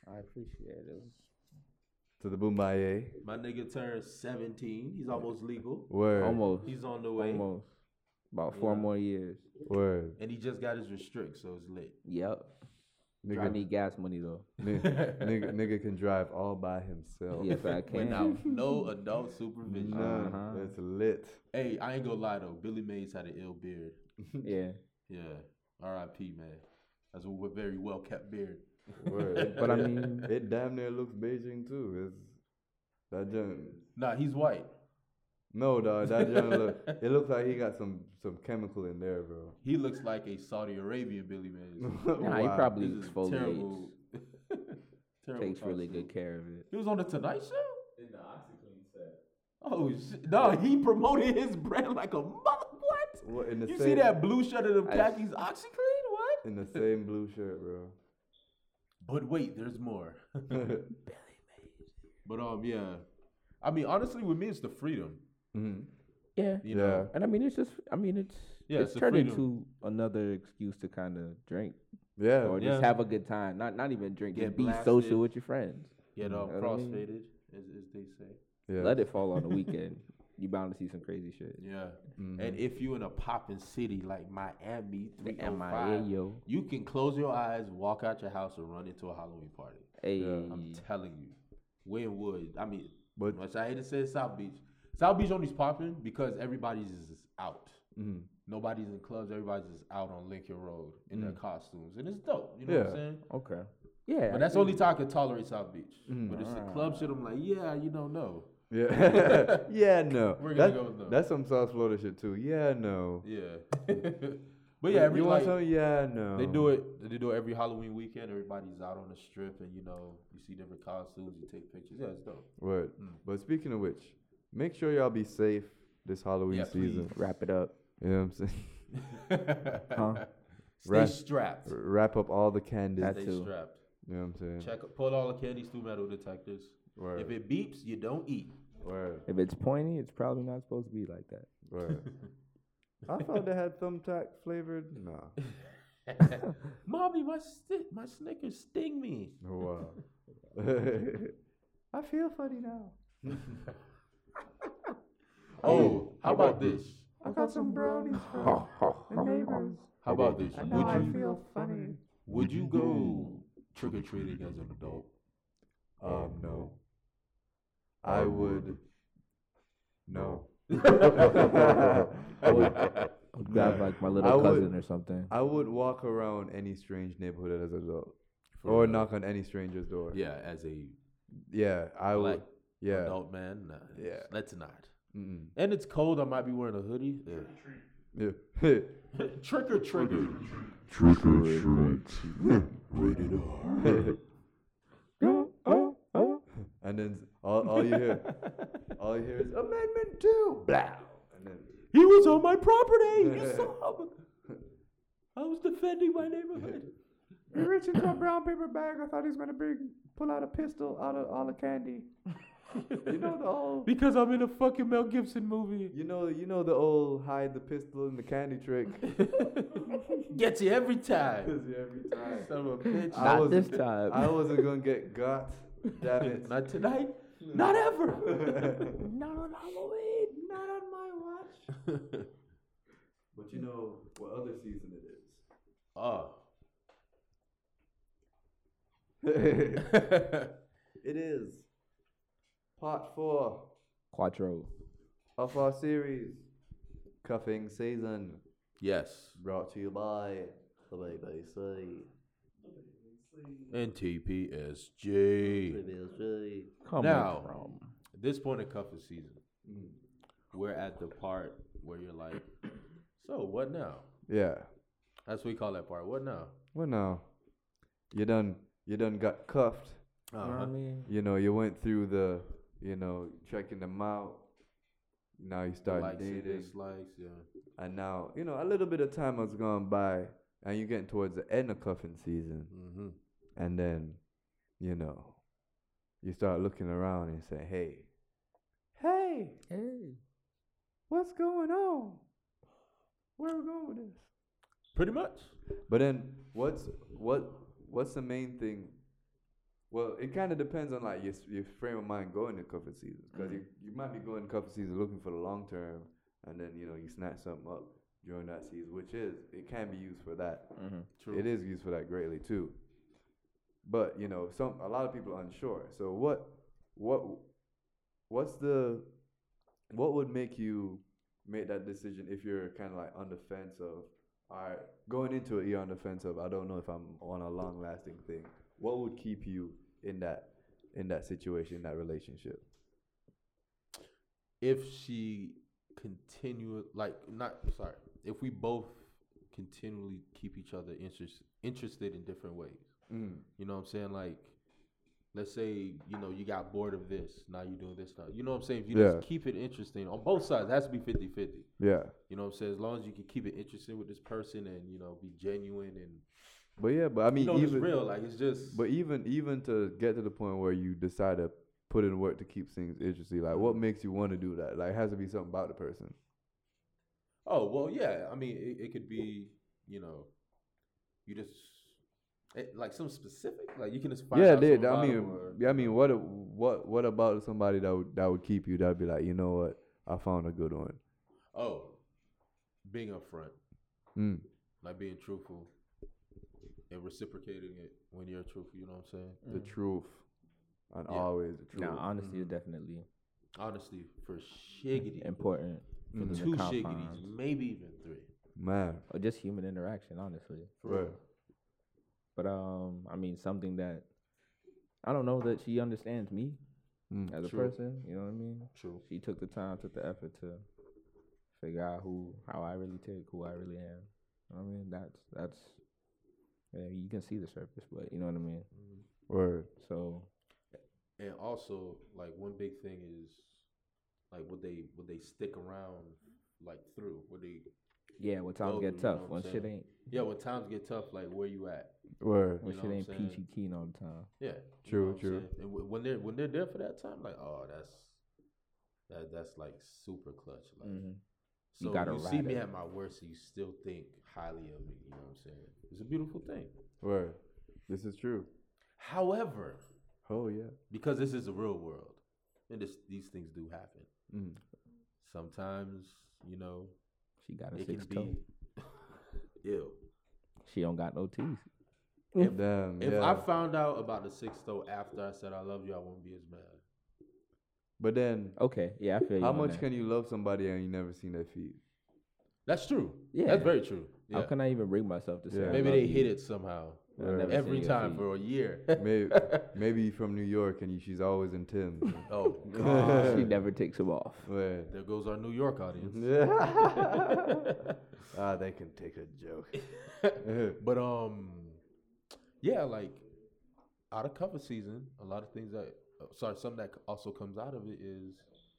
S3: I appreciate it.
S4: to the Bumbaye.
S2: My nigga turned 17. He's almost legal.
S4: Word.
S3: Almost.
S2: He's on the way.
S3: Almost. About four more years.
S4: Word.
S2: And he just got his restrict, so it's lit.
S3: Yep. I
S4: Nigga,
S3: need gas money though.
S4: ni- nigga, nigga can drive all by himself.
S3: Yes, I can.
S2: Without no adult supervision.
S4: None.
S3: Uh-huh.
S4: It's lit.
S2: Hey, I ain't gonna lie though. Billy Mays had an ill beard.
S3: Yeah.
S2: Yeah. R.I.P. Man. That's a w- very well kept beard.
S4: Word.
S3: But I mean,
S4: it damn near looks Beijing too. It's that junk.
S2: Nah, he's white.
S4: No, dog. That junk look. It looks like he got some some chemical in there, bro.
S2: He looks like a Saudi Arabian Billy Mays.
S3: nah, he
S4: Wow.
S3: probably
S2: This is
S3: exfoliates.
S2: terrible. terrible
S3: Takes really
S2: costume.
S3: good care of it.
S2: He was on the Tonight Show. Oh shit! No, he promoted his brand like a mother. What?
S4: What, in the
S2: You
S4: same,
S2: see that blue shirt of the
S3: I-
S2: khakis, OxyClean? What?
S4: in the same blue shirt, bro.
S2: But wait, there's more. But um, yeah. I mean, honestly, with me, it's the freedom.
S4: Mhm.
S3: Yeah.
S2: You know,
S3: And I mean, it's just, I mean, it's,
S2: Yeah,
S3: it's,
S2: it's the
S3: turned
S2: freedom.
S3: into another excuse to kind of drink
S4: Yeah.
S3: or
S2: Yeah.
S3: just have a good time. Not, not even drink.
S2: Get
S3: just be
S2: blasted.
S3: social with your friends.
S2: get um,
S3: I don't mean-
S2: crossfaded, as, as they say.
S4: yeah.
S3: Let it fall on the weekend. you bound to see some crazy shit.
S2: Yeah.
S4: Mm-hmm.
S2: And if you in a popping city like Miami,
S3: The
S2: 305,
S3: MIA, yo.
S2: you can close your eyes, walk out your house, and run into a Halloween party.
S3: Hey,
S2: I'm telling you. Winwood. I mean,
S4: But-
S2: much I hate to say it, South Beach. South Beach only's popping because everybody's is out.
S4: Mhm.
S2: Nobody's in clubs. Everybody's just out on Lincoln Road in their costumes, and it's dope. You know what I'm
S4: Mm. Yeah.
S2: saying?
S3: okay. Yeah.
S2: But that's the only time I could tolerate South Beach.
S4: Mm.
S2: But it's the
S4: Ah.
S2: club shit. I'm like, yeah, you don't know.
S4: Yeah. yeah, no.
S2: We're gonna
S4: that's,
S2: go with no.
S4: that's some South Florida shit too. Yeah, no.
S2: Yeah. but yeah, every
S4: you want
S2: like,
S4: something? Yeah, no.
S2: they do it. They do it every Halloween weekend. Everybody's out on the strip, and you know, you see different costumes. You take pictures. Yeah, it's dope.
S4: Word.
S2: Hmm.
S4: But speaking of which, make sure y'all be safe this Halloween
S2: Yeah,
S4: season.
S3: Wrap it up.
S4: You know what I'm saying?
S2: Stay
S4: Right.
S2: strapped.
S4: R- Wrap up all the candies.
S3: That's-
S2: Stay
S3: too.
S2: strapped.
S4: you know what I'm saying?
S2: Check. Pull all the candies through metal detectors.
S4: Word.
S2: If it beeps, you don't eat.
S4: Word.
S3: If it's pointy, it's probably not supposed to be like that.
S4: Word. I thought they had thumbtack flavored. Nah.
S2: Mommy, my sti- my Snickers sting me.
S4: Wow. Um, I feel funny now.
S2: Oh, how about this?
S4: I got some brownies from the neighbors.
S2: How about this?
S4: And now I Mm-hmm.
S2: Would you
S4: feel funny.
S2: would you go trick or treating as an adult?
S4: Um, no. I would. No.
S3: I would, I would grab like my little
S4: I would-
S3: cousin or something.
S4: I would walk around any strange neighborhood as an adult, or knock on any stranger's door.
S2: Yeah, as a
S4: Yeah, I
S2: black
S4: would. Yeah.
S2: adult man. Nah,
S4: Yeah.
S2: let's not.
S4: Mm-mm.
S2: And it's cold. I might be wearing a hoodie. Ugh.
S4: Yeah.
S2: trick or trigger.
S1: Trick or treat. Rated R.
S4: and then s- all, all you hear, all you hear is Amendment Two. Blah. And then
S2: He was on my property. You saw him. I was defending my neighborhood.
S4: he reached into a brown paper bag. I thought he was gonna bring pull out a pistol out of all the candy. you know the old.
S2: Because I'm in a fucking Mel Gibson movie.
S4: You know, you know the old hide the pistol in the candy trick.
S2: Gets you every time.
S4: Every time.
S2: Son of a bitch.
S4: I
S3: Not
S4: was-
S3: this time.
S4: I wasn't gonna get got. Damn it.
S2: Not tonight. Not ever.
S3: not on Halloween. Not on my watch.
S4: But you know what other season it
S2: oh.
S4: is. it is part four
S3: Quattro.
S4: of our series, Cuffing Season,
S2: yes.
S4: brought to you by the BBC.
S2: NTPSJ.
S4: BBC.
S3: Come
S2: Now,
S3: on.
S2: This point in cuffing season, we're at the part where you're like, so what now?
S4: Yeah.
S2: That's what we call that part. What now?
S4: Well, now you done you done got cuffed.
S3: You
S2: Uh-huh.
S3: know what I mean?
S4: You know you went through the you know checking them out. Now you start
S2: Likes and
S4: dating.
S2: dislikes, yeah.
S4: and now you know a little bit of time has gone by, and you're getting towards the end of cuffing season,
S2: Mm-hmm.
S4: and then, you know, you start looking around and say, "Hey, hey,
S3: Hey.
S4: what's going on? Where are we going with this?"
S2: Pretty much.
S4: But then, what's what what's the main thing Well, it kind of depends on like your, s- your frame of mind going to cuffing season because you, you might be going to cuffing season looking for the long term, and then you know you snatch something up during that season, which is it can be used for that.
S2: True.
S4: It is used for that greatly too. But you know, some a lot of people are unsure. So what what what's the what would make you make that decision if you're kind of like on the fence of all right going into it you're on the fence of i don't know if i'm on a long lasting thing what would keep you in that in that situation in that relationship
S2: if she continue like not sorry if we both continually keep each other interest, interested in different ways
S4: mm.
S2: you know what i'm saying like let's say you know you got bored of this now you're doing this now you know what i'm saying if you
S4: Yeah.
S2: just keep it interesting on both sides it has to be 50-50
S4: yeah
S2: you know what i'm saying as long as you can keep it interesting with this person and you know be genuine and
S4: but yeah but i mean
S2: you know it's
S4: even
S2: real like it's just
S4: but even even to get to the point where you decide to put in work to keep things interesting
S2: Mm.
S4: like what makes you want to do that like it has to be something about the person
S2: Oh well, yeah. I mean, it, it could be you know, you just it, like some specific like you can just find
S4: yeah,
S2: out
S4: they,
S2: something
S4: I
S2: about 'em
S4: mean,
S2: or-
S4: yeah, I mean, what, what, what about somebody that would, that would keep you? That'd be like, you know what, I found a good one.
S2: oh, being upfront,
S4: Mm.
S2: like being truthful, and reciprocating it when you're truthful. You know what I'm saying?
S4: The truth, and
S2: Mm. Yeah.
S4: always the truth.
S3: Nah, honesty
S2: Mm-hmm.
S3: is definitely
S2: Honestly, for shiggity,
S3: important.
S2: for
S3: within
S2: two
S3: the confines.
S2: shiggities, maybe even three.
S4: Man,
S3: or just human interaction, honestly.
S4: right.
S3: But um, I mean, something that I don't know that she understands me
S4: Mm.
S3: as a
S2: True.
S3: person. You know what I mean?
S2: True.
S3: She took the time, took the effort to figure out who, how I really take, who I really am. You know what I mean, that's that's yeah, you can see the surface, but you know what I mean.
S4: Word.
S3: So
S2: Mm-hmm. And also, like one big thing is like would they would they stick around like through? Would they
S3: yeah, when times
S2: Go
S3: get
S2: through, you
S3: tough,
S2: know what
S3: when
S2: I'm
S3: shit
S2: saying?
S3: ain't
S2: yeah when times get tough like where you at?
S4: Word.
S3: when
S2: know
S3: shit
S2: what I'm
S3: ain't
S2: saying?
S3: peachy keen all the time.
S2: Yeah.
S4: True,
S2: what I'm
S4: true.
S2: saying? And w- when they're when they're there for that time, like, oh, that's that that's like super clutch. Like, so
S3: Mm-hmm. You
S2: you,
S3: gotta
S2: see
S3: ride
S2: me
S3: it.
S2: at my worst, and you still think highly of me. You know what I'm saying? It's a beautiful thing.
S4: Word. This is true.
S2: However,
S4: Oh yeah.
S2: because this is the real world, and this, these things do happen.
S4: Mm.
S2: Sometimes, you know,
S3: She got a
S2: it can
S3: six toe.
S2: be ill.
S3: She don't got no teeth.
S4: Damn.
S2: If
S4: yeah.
S2: I found out about the six though after I said I love you, I won't be as mad.
S4: but then,
S3: Okay, yeah, I feel you.
S4: how
S3: on
S4: much
S3: that.
S4: can you love somebody and you never seen their feet?
S2: That's true. Yeah,
S3: Yeah.
S2: that's very true.
S3: How
S2: Yeah.
S3: can I even bring myself to say?
S4: Yeah.
S3: I
S2: Maybe
S3: love
S2: they
S3: you?
S2: hit it somehow.
S3: I've never seen
S2: Every
S3: your
S2: time
S3: feet.
S2: for a year.
S4: Maybe, maybe from New York and you, she's always in Tim's.
S2: oh God!
S3: she never takes them off.
S4: Word.
S2: There goes our New York audience.
S4: ah, they can take a joke. Mm-hmm.
S2: But um, yeah, like out of cover season, a lot of things that uh, sorry, something that also comes out of it is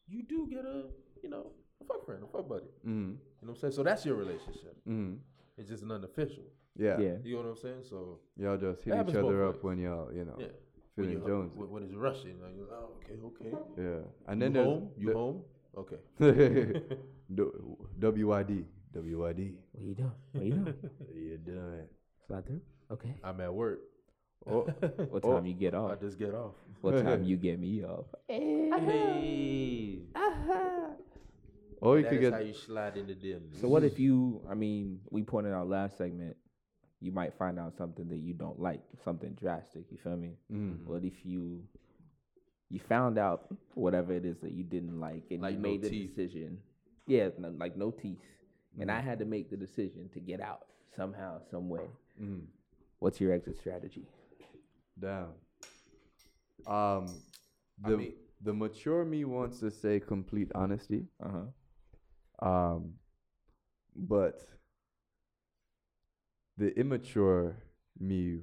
S2: you do get a you know a fuck friend, a fuck buddy.
S4: mm.
S2: You know what I'm saying? So that's your relationship.
S4: Mm.
S2: It's just an unofficial.
S4: Yeah.
S3: Yeah.
S2: You know what I'm saying? So
S4: Y'all just hit
S2: Happens
S4: each other
S2: both
S4: up
S2: ways.
S4: when y'all, you know,
S2: yeah, when,
S4: feeling
S2: you,
S4: Oh,
S2: uh,
S4: Jones.
S2: when, when it's rushing, like you're like, oh, okay, okay.
S4: Yeah. And
S2: You
S4: then there's
S2: home? You home? Okay.
S4: the- Do- WYD. WYD.
S3: What you doing? What you doing?
S4: What are you doing?
S3: Slide through. Okay.
S2: I'm at work.
S4: Oh,
S3: What
S4: Oh.
S3: time you get
S2: I
S3: off?
S2: just get off.
S3: What time you get me off?
S2: Hey.
S4: or you
S2: That
S4: could
S2: is
S4: get.
S2: how you slide into them.
S3: So what if you? I mean, we pointed out last segment. You might find out something that you don't like, something drastic. You feel me?
S4: Mm.
S3: What if you? You found out whatever it is that you didn't like, and
S2: Like
S3: you
S2: no
S3: made the
S2: teeth.
S3: decision. Yeah, no, like no teeth, and I had to make the decision to get out somehow, some way.
S4: Mm.
S3: What's your exit strategy?
S4: Damn. Um, the,
S2: mean-
S4: the mature me wants to say complete honesty.
S3: Uh huh.
S4: Um, but the immature me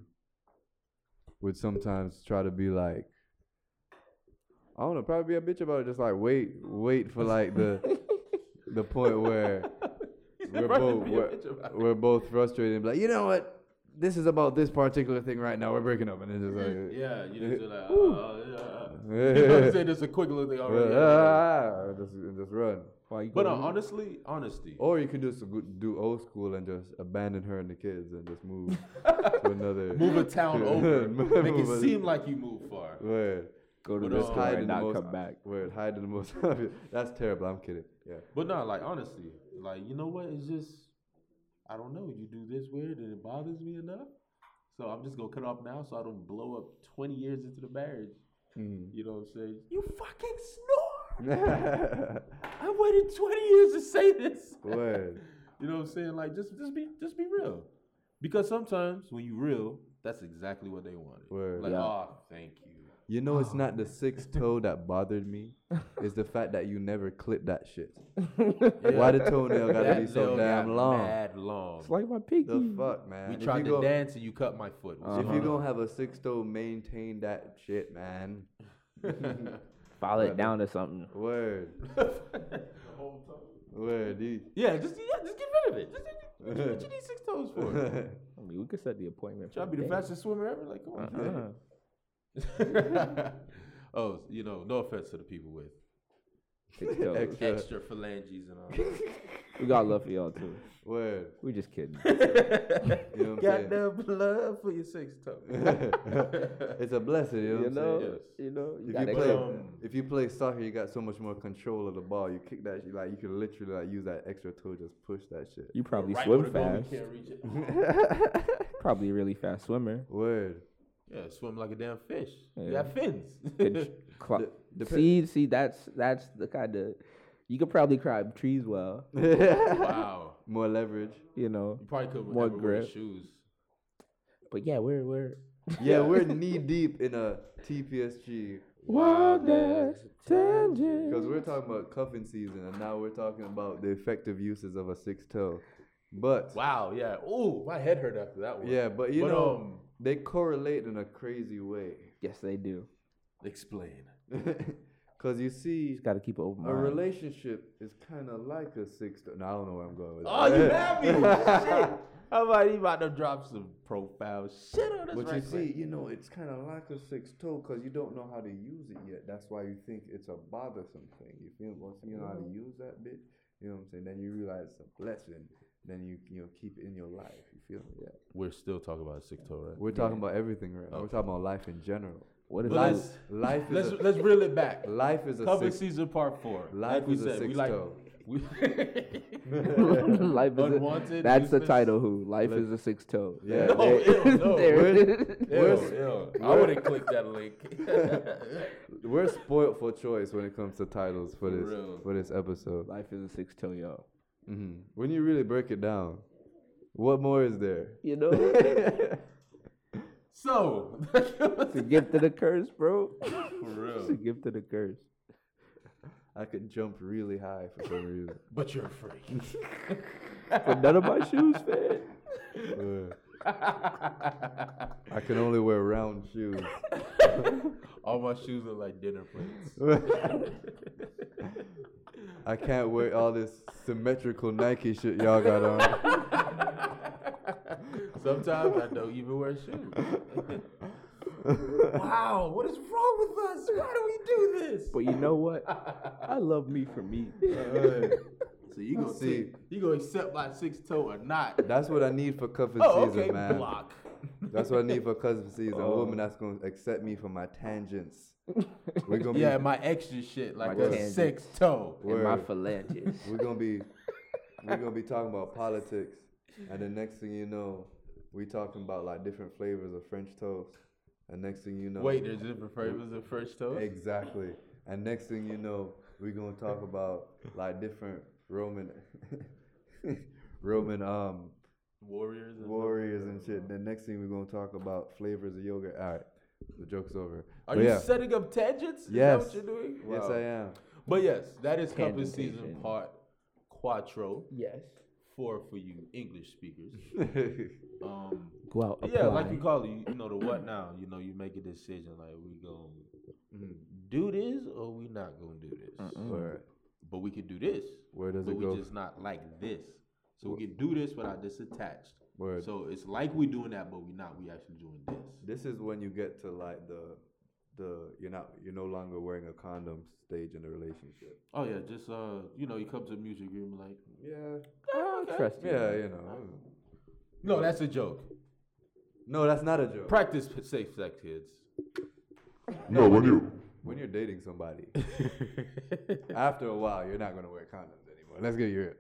S4: would sometimes try to be like, I don't know, probably be a bitch about it. Just like wait, wait for like the the point where we're both
S2: be a
S4: we're,
S2: bitch about
S4: we're both frustrated and be like, you know what? This is about this particular thing right now. We're breaking up, and it's just like,
S2: Yeah, you just like, oh, yeah. You know what I'm saying? There's a quick little thing already.
S4: "Ah," just just run.
S3: Why you
S2: But uh,
S3: going?
S2: honestly, honesty.
S4: Oh. Or you could just go- do old school and just abandon her and the kids and just move to another.
S2: Move a town over.
S4: Move
S2: Make
S4: a-
S2: it seem like you moved far.
S4: Word.
S3: Go to
S2: But
S3: the
S2: it's
S3: store
S4: hiding
S3: and
S4: the
S3: not
S4: most-
S3: come back.
S4: Word. Hiding the most obvious. That's terrible. I'm kidding. Yeah.
S2: But no, like honestly, like you know what? It's just I don't know. You do this weird and it bothers me enough. So I'm just gonna cut off now so I don't blow up twenty years into the marriage. You know what I'm saying? You fucking snore! I waited twenty years to say this.
S4: Word.
S2: You know what I'm saying? Like just just be just be real. Because sometimes when you real, that's exactly what they wanted.
S4: Word.
S2: Like,
S3: Yeah.
S2: oh thank you.
S4: You know, it's not the six toe that bothered me. It's the fact that you never clip that shit. Why the toenail gotta be
S2: That
S4: so
S2: nail
S4: damn
S2: got
S4: long?
S2: Mad long.
S3: It's like my pinky.
S4: The fuck, man.
S2: we
S4: If
S2: tried
S4: you
S2: to
S4: go- Uh-huh.
S2: dance Uh-huh. and you cut my foot.
S4: If you're gonna have a six toe, maintain that shit, man.
S3: File it down or something.
S4: Word. Word. You,
S2: Yeah, just yeah, just get rid of it. Just, what you- what you need six toes for?
S3: I mean, we could set the appointment.
S2: Try to
S3: for
S2: be the
S3: day.
S2: fastest swimmer ever. Like, come on.
S3: Uh-uh.
S4: Uh-huh.
S2: oh, you know, no offense to the people with
S3: Six toes.
S4: Extra. Yeah.
S2: extra phalanges and all. that.
S3: We got love for y'all too.
S4: word.
S3: We just kidding.
S4: You know what I'm saying?
S2: Goddamn love for your six toes.
S4: It's a blessing, you know.
S3: You
S4: what I'm
S3: know,
S4: saying?
S2: Yes.
S3: you know, you
S4: If
S3: gotta
S4: you play,
S3: go.
S2: um,
S4: if you play soccer, you got so much more control of the ball. You kick that, shit, like you can literally like use that extra toe, just push that shit.
S3: You probably
S2: Right
S3: swim
S2: with a goal, you
S3: fast.
S2: can't reach it.
S3: Probably a really fast swimmer.
S4: Word.
S2: Yeah, swim like a damn fish. You
S3: Yeah.
S2: got fins.
S3: Could cl-
S4: the pe-
S3: see, see, that's that's the kind of you could probably climb trees well.
S2: wow.
S4: More leverage.
S3: You know,
S2: You probably could
S3: More
S2: More wear
S3: grip.
S2: shoes.
S3: but yeah, we're we're
S4: Yeah, we're knee deep in a TPSG.
S3: wildest
S4: Because
S3: tangent.
S4: we're talking about cuffing season, and now we're talking about the effective uses of a six toe. But
S2: Wow, yeah. Ooh, my head hurt after that one.
S4: yeah, but you
S2: But,
S4: know
S2: um,
S4: they correlate in a crazy way.
S3: Yes, they do.
S2: Explain.
S4: Cause you see,
S3: Just gotta keep an open
S4: a
S3: mind.
S4: relationship is kind of like a six. Toe. No, I don't know where I'm going with that.
S2: Oh, you have me. shit. I'm about, you about to drop some profile shit on us
S4: But you
S2: right
S4: see, you know, it's kind of like a six toe because you don't know how to use it yet. That's why you think it's a bothersome thing. You feel once you know how to use that bit, you know what I'm saying. Then you realize it's a blessing. Then you you know keep it in your life. You feel me? Yeah.
S2: We're still talking about six toe, right?
S4: We're talking about everything right now. We're talking about life in general.
S3: What is
S4: Life,
S3: that?
S2: let's-
S4: life
S2: let's
S4: is a,
S2: let's reel it back.
S4: life is a
S2: Cover
S4: six.
S2: season part four.
S4: Life
S2: like we
S4: is a
S2: said, we
S4: six
S2: like
S4: toe.
S2: we
S3: Life is a,
S2: Unwanted
S3: that's the
S2: movements.
S3: title. Who? Life is a six toe.
S4: Yeah.
S2: No, ew, no. Ew,
S4: Where's-
S2: ew. I would have clicked that link.
S4: We're spoiled for choice when it comes to titles for this
S2: real.
S4: for this episode.
S3: Life is a six toe, yo.
S4: Mhm. When you really break it down, what more is there?
S3: You know, it's
S2: so
S3: a gift and a curse, bro.
S2: for
S3: It's a
S2: real.
S3: gift and a curse.
S4: I could jump really high for some reason.
S2: But you're a freak.
S3: But none of my shoes fit.
S4: Uh, I can only wear round shoes.
S2: All my shoes look like dinner plates.
S4: I can't wear all this symmetrical Nike shit y'all got on.
S2: Sometimes I don't even wear shoes. wow, what is wrong with us? Why do we do this?
S3: But you know what? I love me for me.
S2: so you gonna
S4: See.
S2: see? You gonna accept my six toe or not?
S4: That's what I need for cuffing
S2: Oh,
S4: season,
S2: okay,
S4: man.
S2: block.
S4: That's what I need for cuffing season. A woman that's gonna accept me for my tangents. We're gonna
S2: Yeah,
S4: be,
S2: my extra shit like
S3: My
S2: a
S3: tangents.
S2: six toe.
S3: And my
S4: Word.
S3: phalanges.
S4: we're gonna be, we're gonna be talking about politics, and the next thing you know, we talking about like different flavors of French toast. And next thing you know,
S2: Wait, there's different flavors of French toast.
S4: Exactly. And next thing you know, we're gonna talk about like different Roman Roman um
S2: Warriors. and-
S4: warriors and shit. The next thing we're gonna talk about flavors of yogurt. All right, the joke's over.
S2: Are
S4: But
S2: you
S4: yeah.
S2: setting up tangents? Is
S4: Yes.
S2: that what you're doing?
S4: Yes,
S2: Wow.
S4: I am.
S2: But yes, that is Cupping Season
S3: Tangentation.
S2: Part Quattro.
S3: yes.
S2: Four for you English speakers. Um,
S3: Go out.
S2: yeah, like you call it, you, you know, the what now? You know, you make a decision like, we going to do this or we not going to do this?
S4: Where,
S2: But we could do this.
S4: Where does
S2: but
S4: it
S2: we
S4: go?
S2: just not like this. So we can do this without this attached.
S4: Word.
S2: So it's like we doing that, but we not. We actually doing this.
S4: This is when you get to like the the you're not you're no longer wearing a condom stage in the relationship.
S2: Oh yeah, just uh, you know, you come to a music room like,
S4: Yeah.
S3: I don't trust you.
S4: Yeah, you know.
S2: no, that's a joke.
S4: No, that's not a joke.
S2: Practice p- safe sex, kids.
S1: No, when you
S4: when you're dating somebody, after a while, you're not gonna wear condoms anymore. Let's get you real.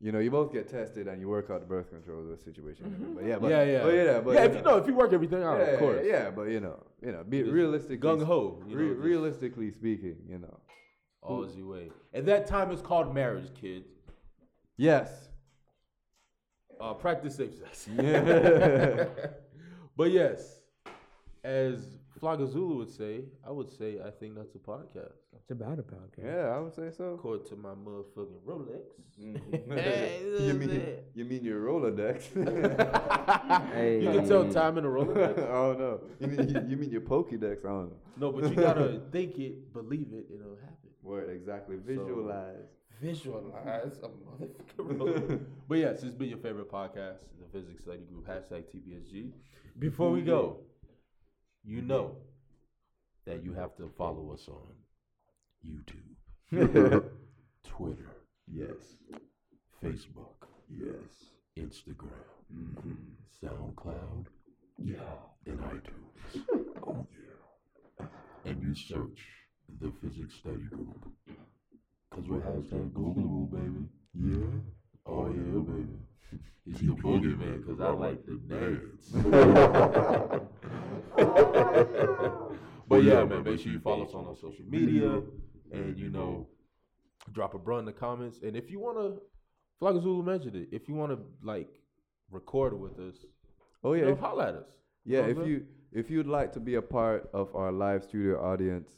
S4: You know, you both get tested and you work out the birth control situation. But yeah,
S2: Mm-hmm.
S4: but
S2: Yeah, yeah.
S4: but yeah, but
S2: yeah, if you know, if you work everything out,
S4: yeah,
S2: of course.
S4: yeah, but you know, you know, be realistic,
S2: gung ho, you know, just-
S4: realistically speaking, you know,
S2: Always your way. And that time is called marriage, kids.
S4: yes,
S2: Uh, practice safe sex.
S4: yeah,
S2: But yes, as Flogger Zulu would say, I would say I think that's a podcast.
S3: It's about a podcast.
S4: I would say so.
S2: According to my motherfucking Rolex.
S4: Mm-hmm. you mean you mean your Rolodex?
S3: Hey.
S2: You can tell time in a Rolex.
S4: oh no, you mean you, you mean your Pokédex? I don't know.
S2: No, but you gotta think it, believe it, and it'll happen.
S4: Word exactly. Visualize.
S2: Visualize a motherfucking Rolex. but yes, it's been your favorite podcast, the Physics Study Group, hashtag TPSG. Before we go, you know that you have to follow us on YouTube, Twitter,
S4: yes.
S2: Facebook,
S4: Yes.
S2: Instagram, SoundCloud, Mm-hmm. yeah, and iTunes. oh yeah. And you search the Physics Study Group. Cause we're hashtag Googleable, baby.
S1: yeah,
S2: Oh yeah, baby. It's the boogeyman, cause I like the dance. But yeah, man, make sure you follow us on our social media and you know, drop a bruh in the comments. And if you wanna Flagga Zulu mentioned it, if you wanna like record with us,
S4: Oh yeah.
S2: you know,
S4: if-
S2: holla at us.
S4: yeah.
S2: know what
S4: If
S2: I'm
S4: you if you'd like to be a part of our live studio audience,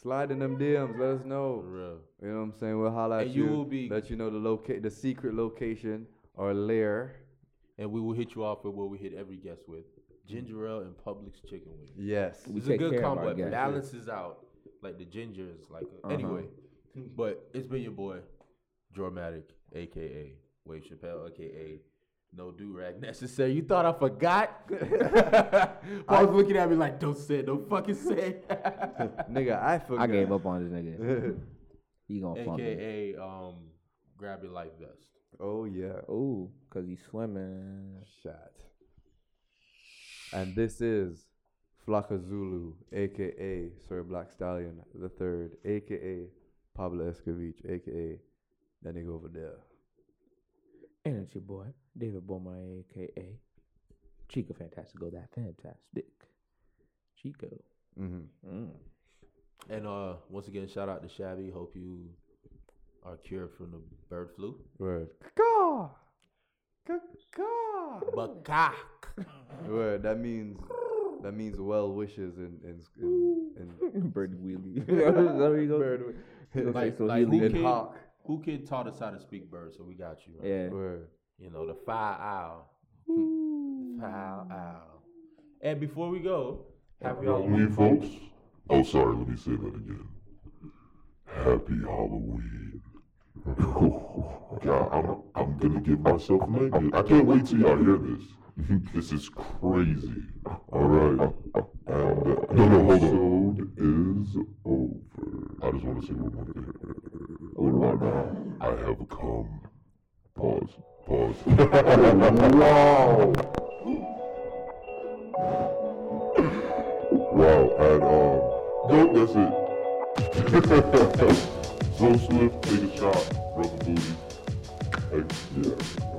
S4: slide in them DMs. Let us know.
S2: For real.
S4: You know what I'm saying? We'll holla at
S2: And you will be-
S4: let you know the locate the secret location or lair.
S2: And we will hit you off with what we hit every guest with. Ginger ale and Publix chicken wings.
S4: Yes.
S3: We
S2: it's a
S3: take
S2: good
S3: care of
S2: combo.
S3: our
S2: It
S3: guests.
S2: balances out like the ginger is like a- anyway. But it's been your boy, Dramatic, aka Wave Chappelle, aka No Do Rag Necessary. You thought I forgot? I was looking at me like, don't say, it, don't fucking say. it."
S4: Nigga, I forgot.
S3: I gave up on this nigga. He gonna funk it.
S2: aka um, grab your life vest.
S4: oh yeah.
S3: Ooh, cause he's swimming.
S4: Shot. And this is Flocka Zulu, aka Sir Black Stallion the Third, aka Pablo Escovich, aka that nigga over there.
S3: And it's your boy, David Boma, aka Chico Fantastico, that fantastic. Chico.
S4: Mm-hmm.
S2: And uh, once again, shout out to Shabby. Hope you are cured from the bird flu.
S4: Word. Caw! Caw!
S2: Bakak.
S4: Word. That means that means well wishes in in in, in,
S3: Bird wheelie. there you go.
S4: Bird wi-
S3: Okay,
S2: Like,
S3: so
S2: like
S3: he
S2: who,
S3: lead-
S2: kid,
S4: Hawk.
S2: who kid taught us how to speak bird? So we got you. Right?
S3: Yeah.
S4: Word.
S2: You know, the five owl. Five owl. And before we go, happy Halloween.
S1: Halloween, folks. Oh, sorry. Let me say that again. Happy Halloween. God, I'm I'm gonna give myself a nigga. I can't wait till y'all hear this. this is crazy. All right. And, uh, no, no, hold on. Is over. I just want to say one more thing. Right now, I have come. Pause. Pause. wow. Wow, and um, nope, that's it. so Swift, take a shot, rubber booty. Like, yeah.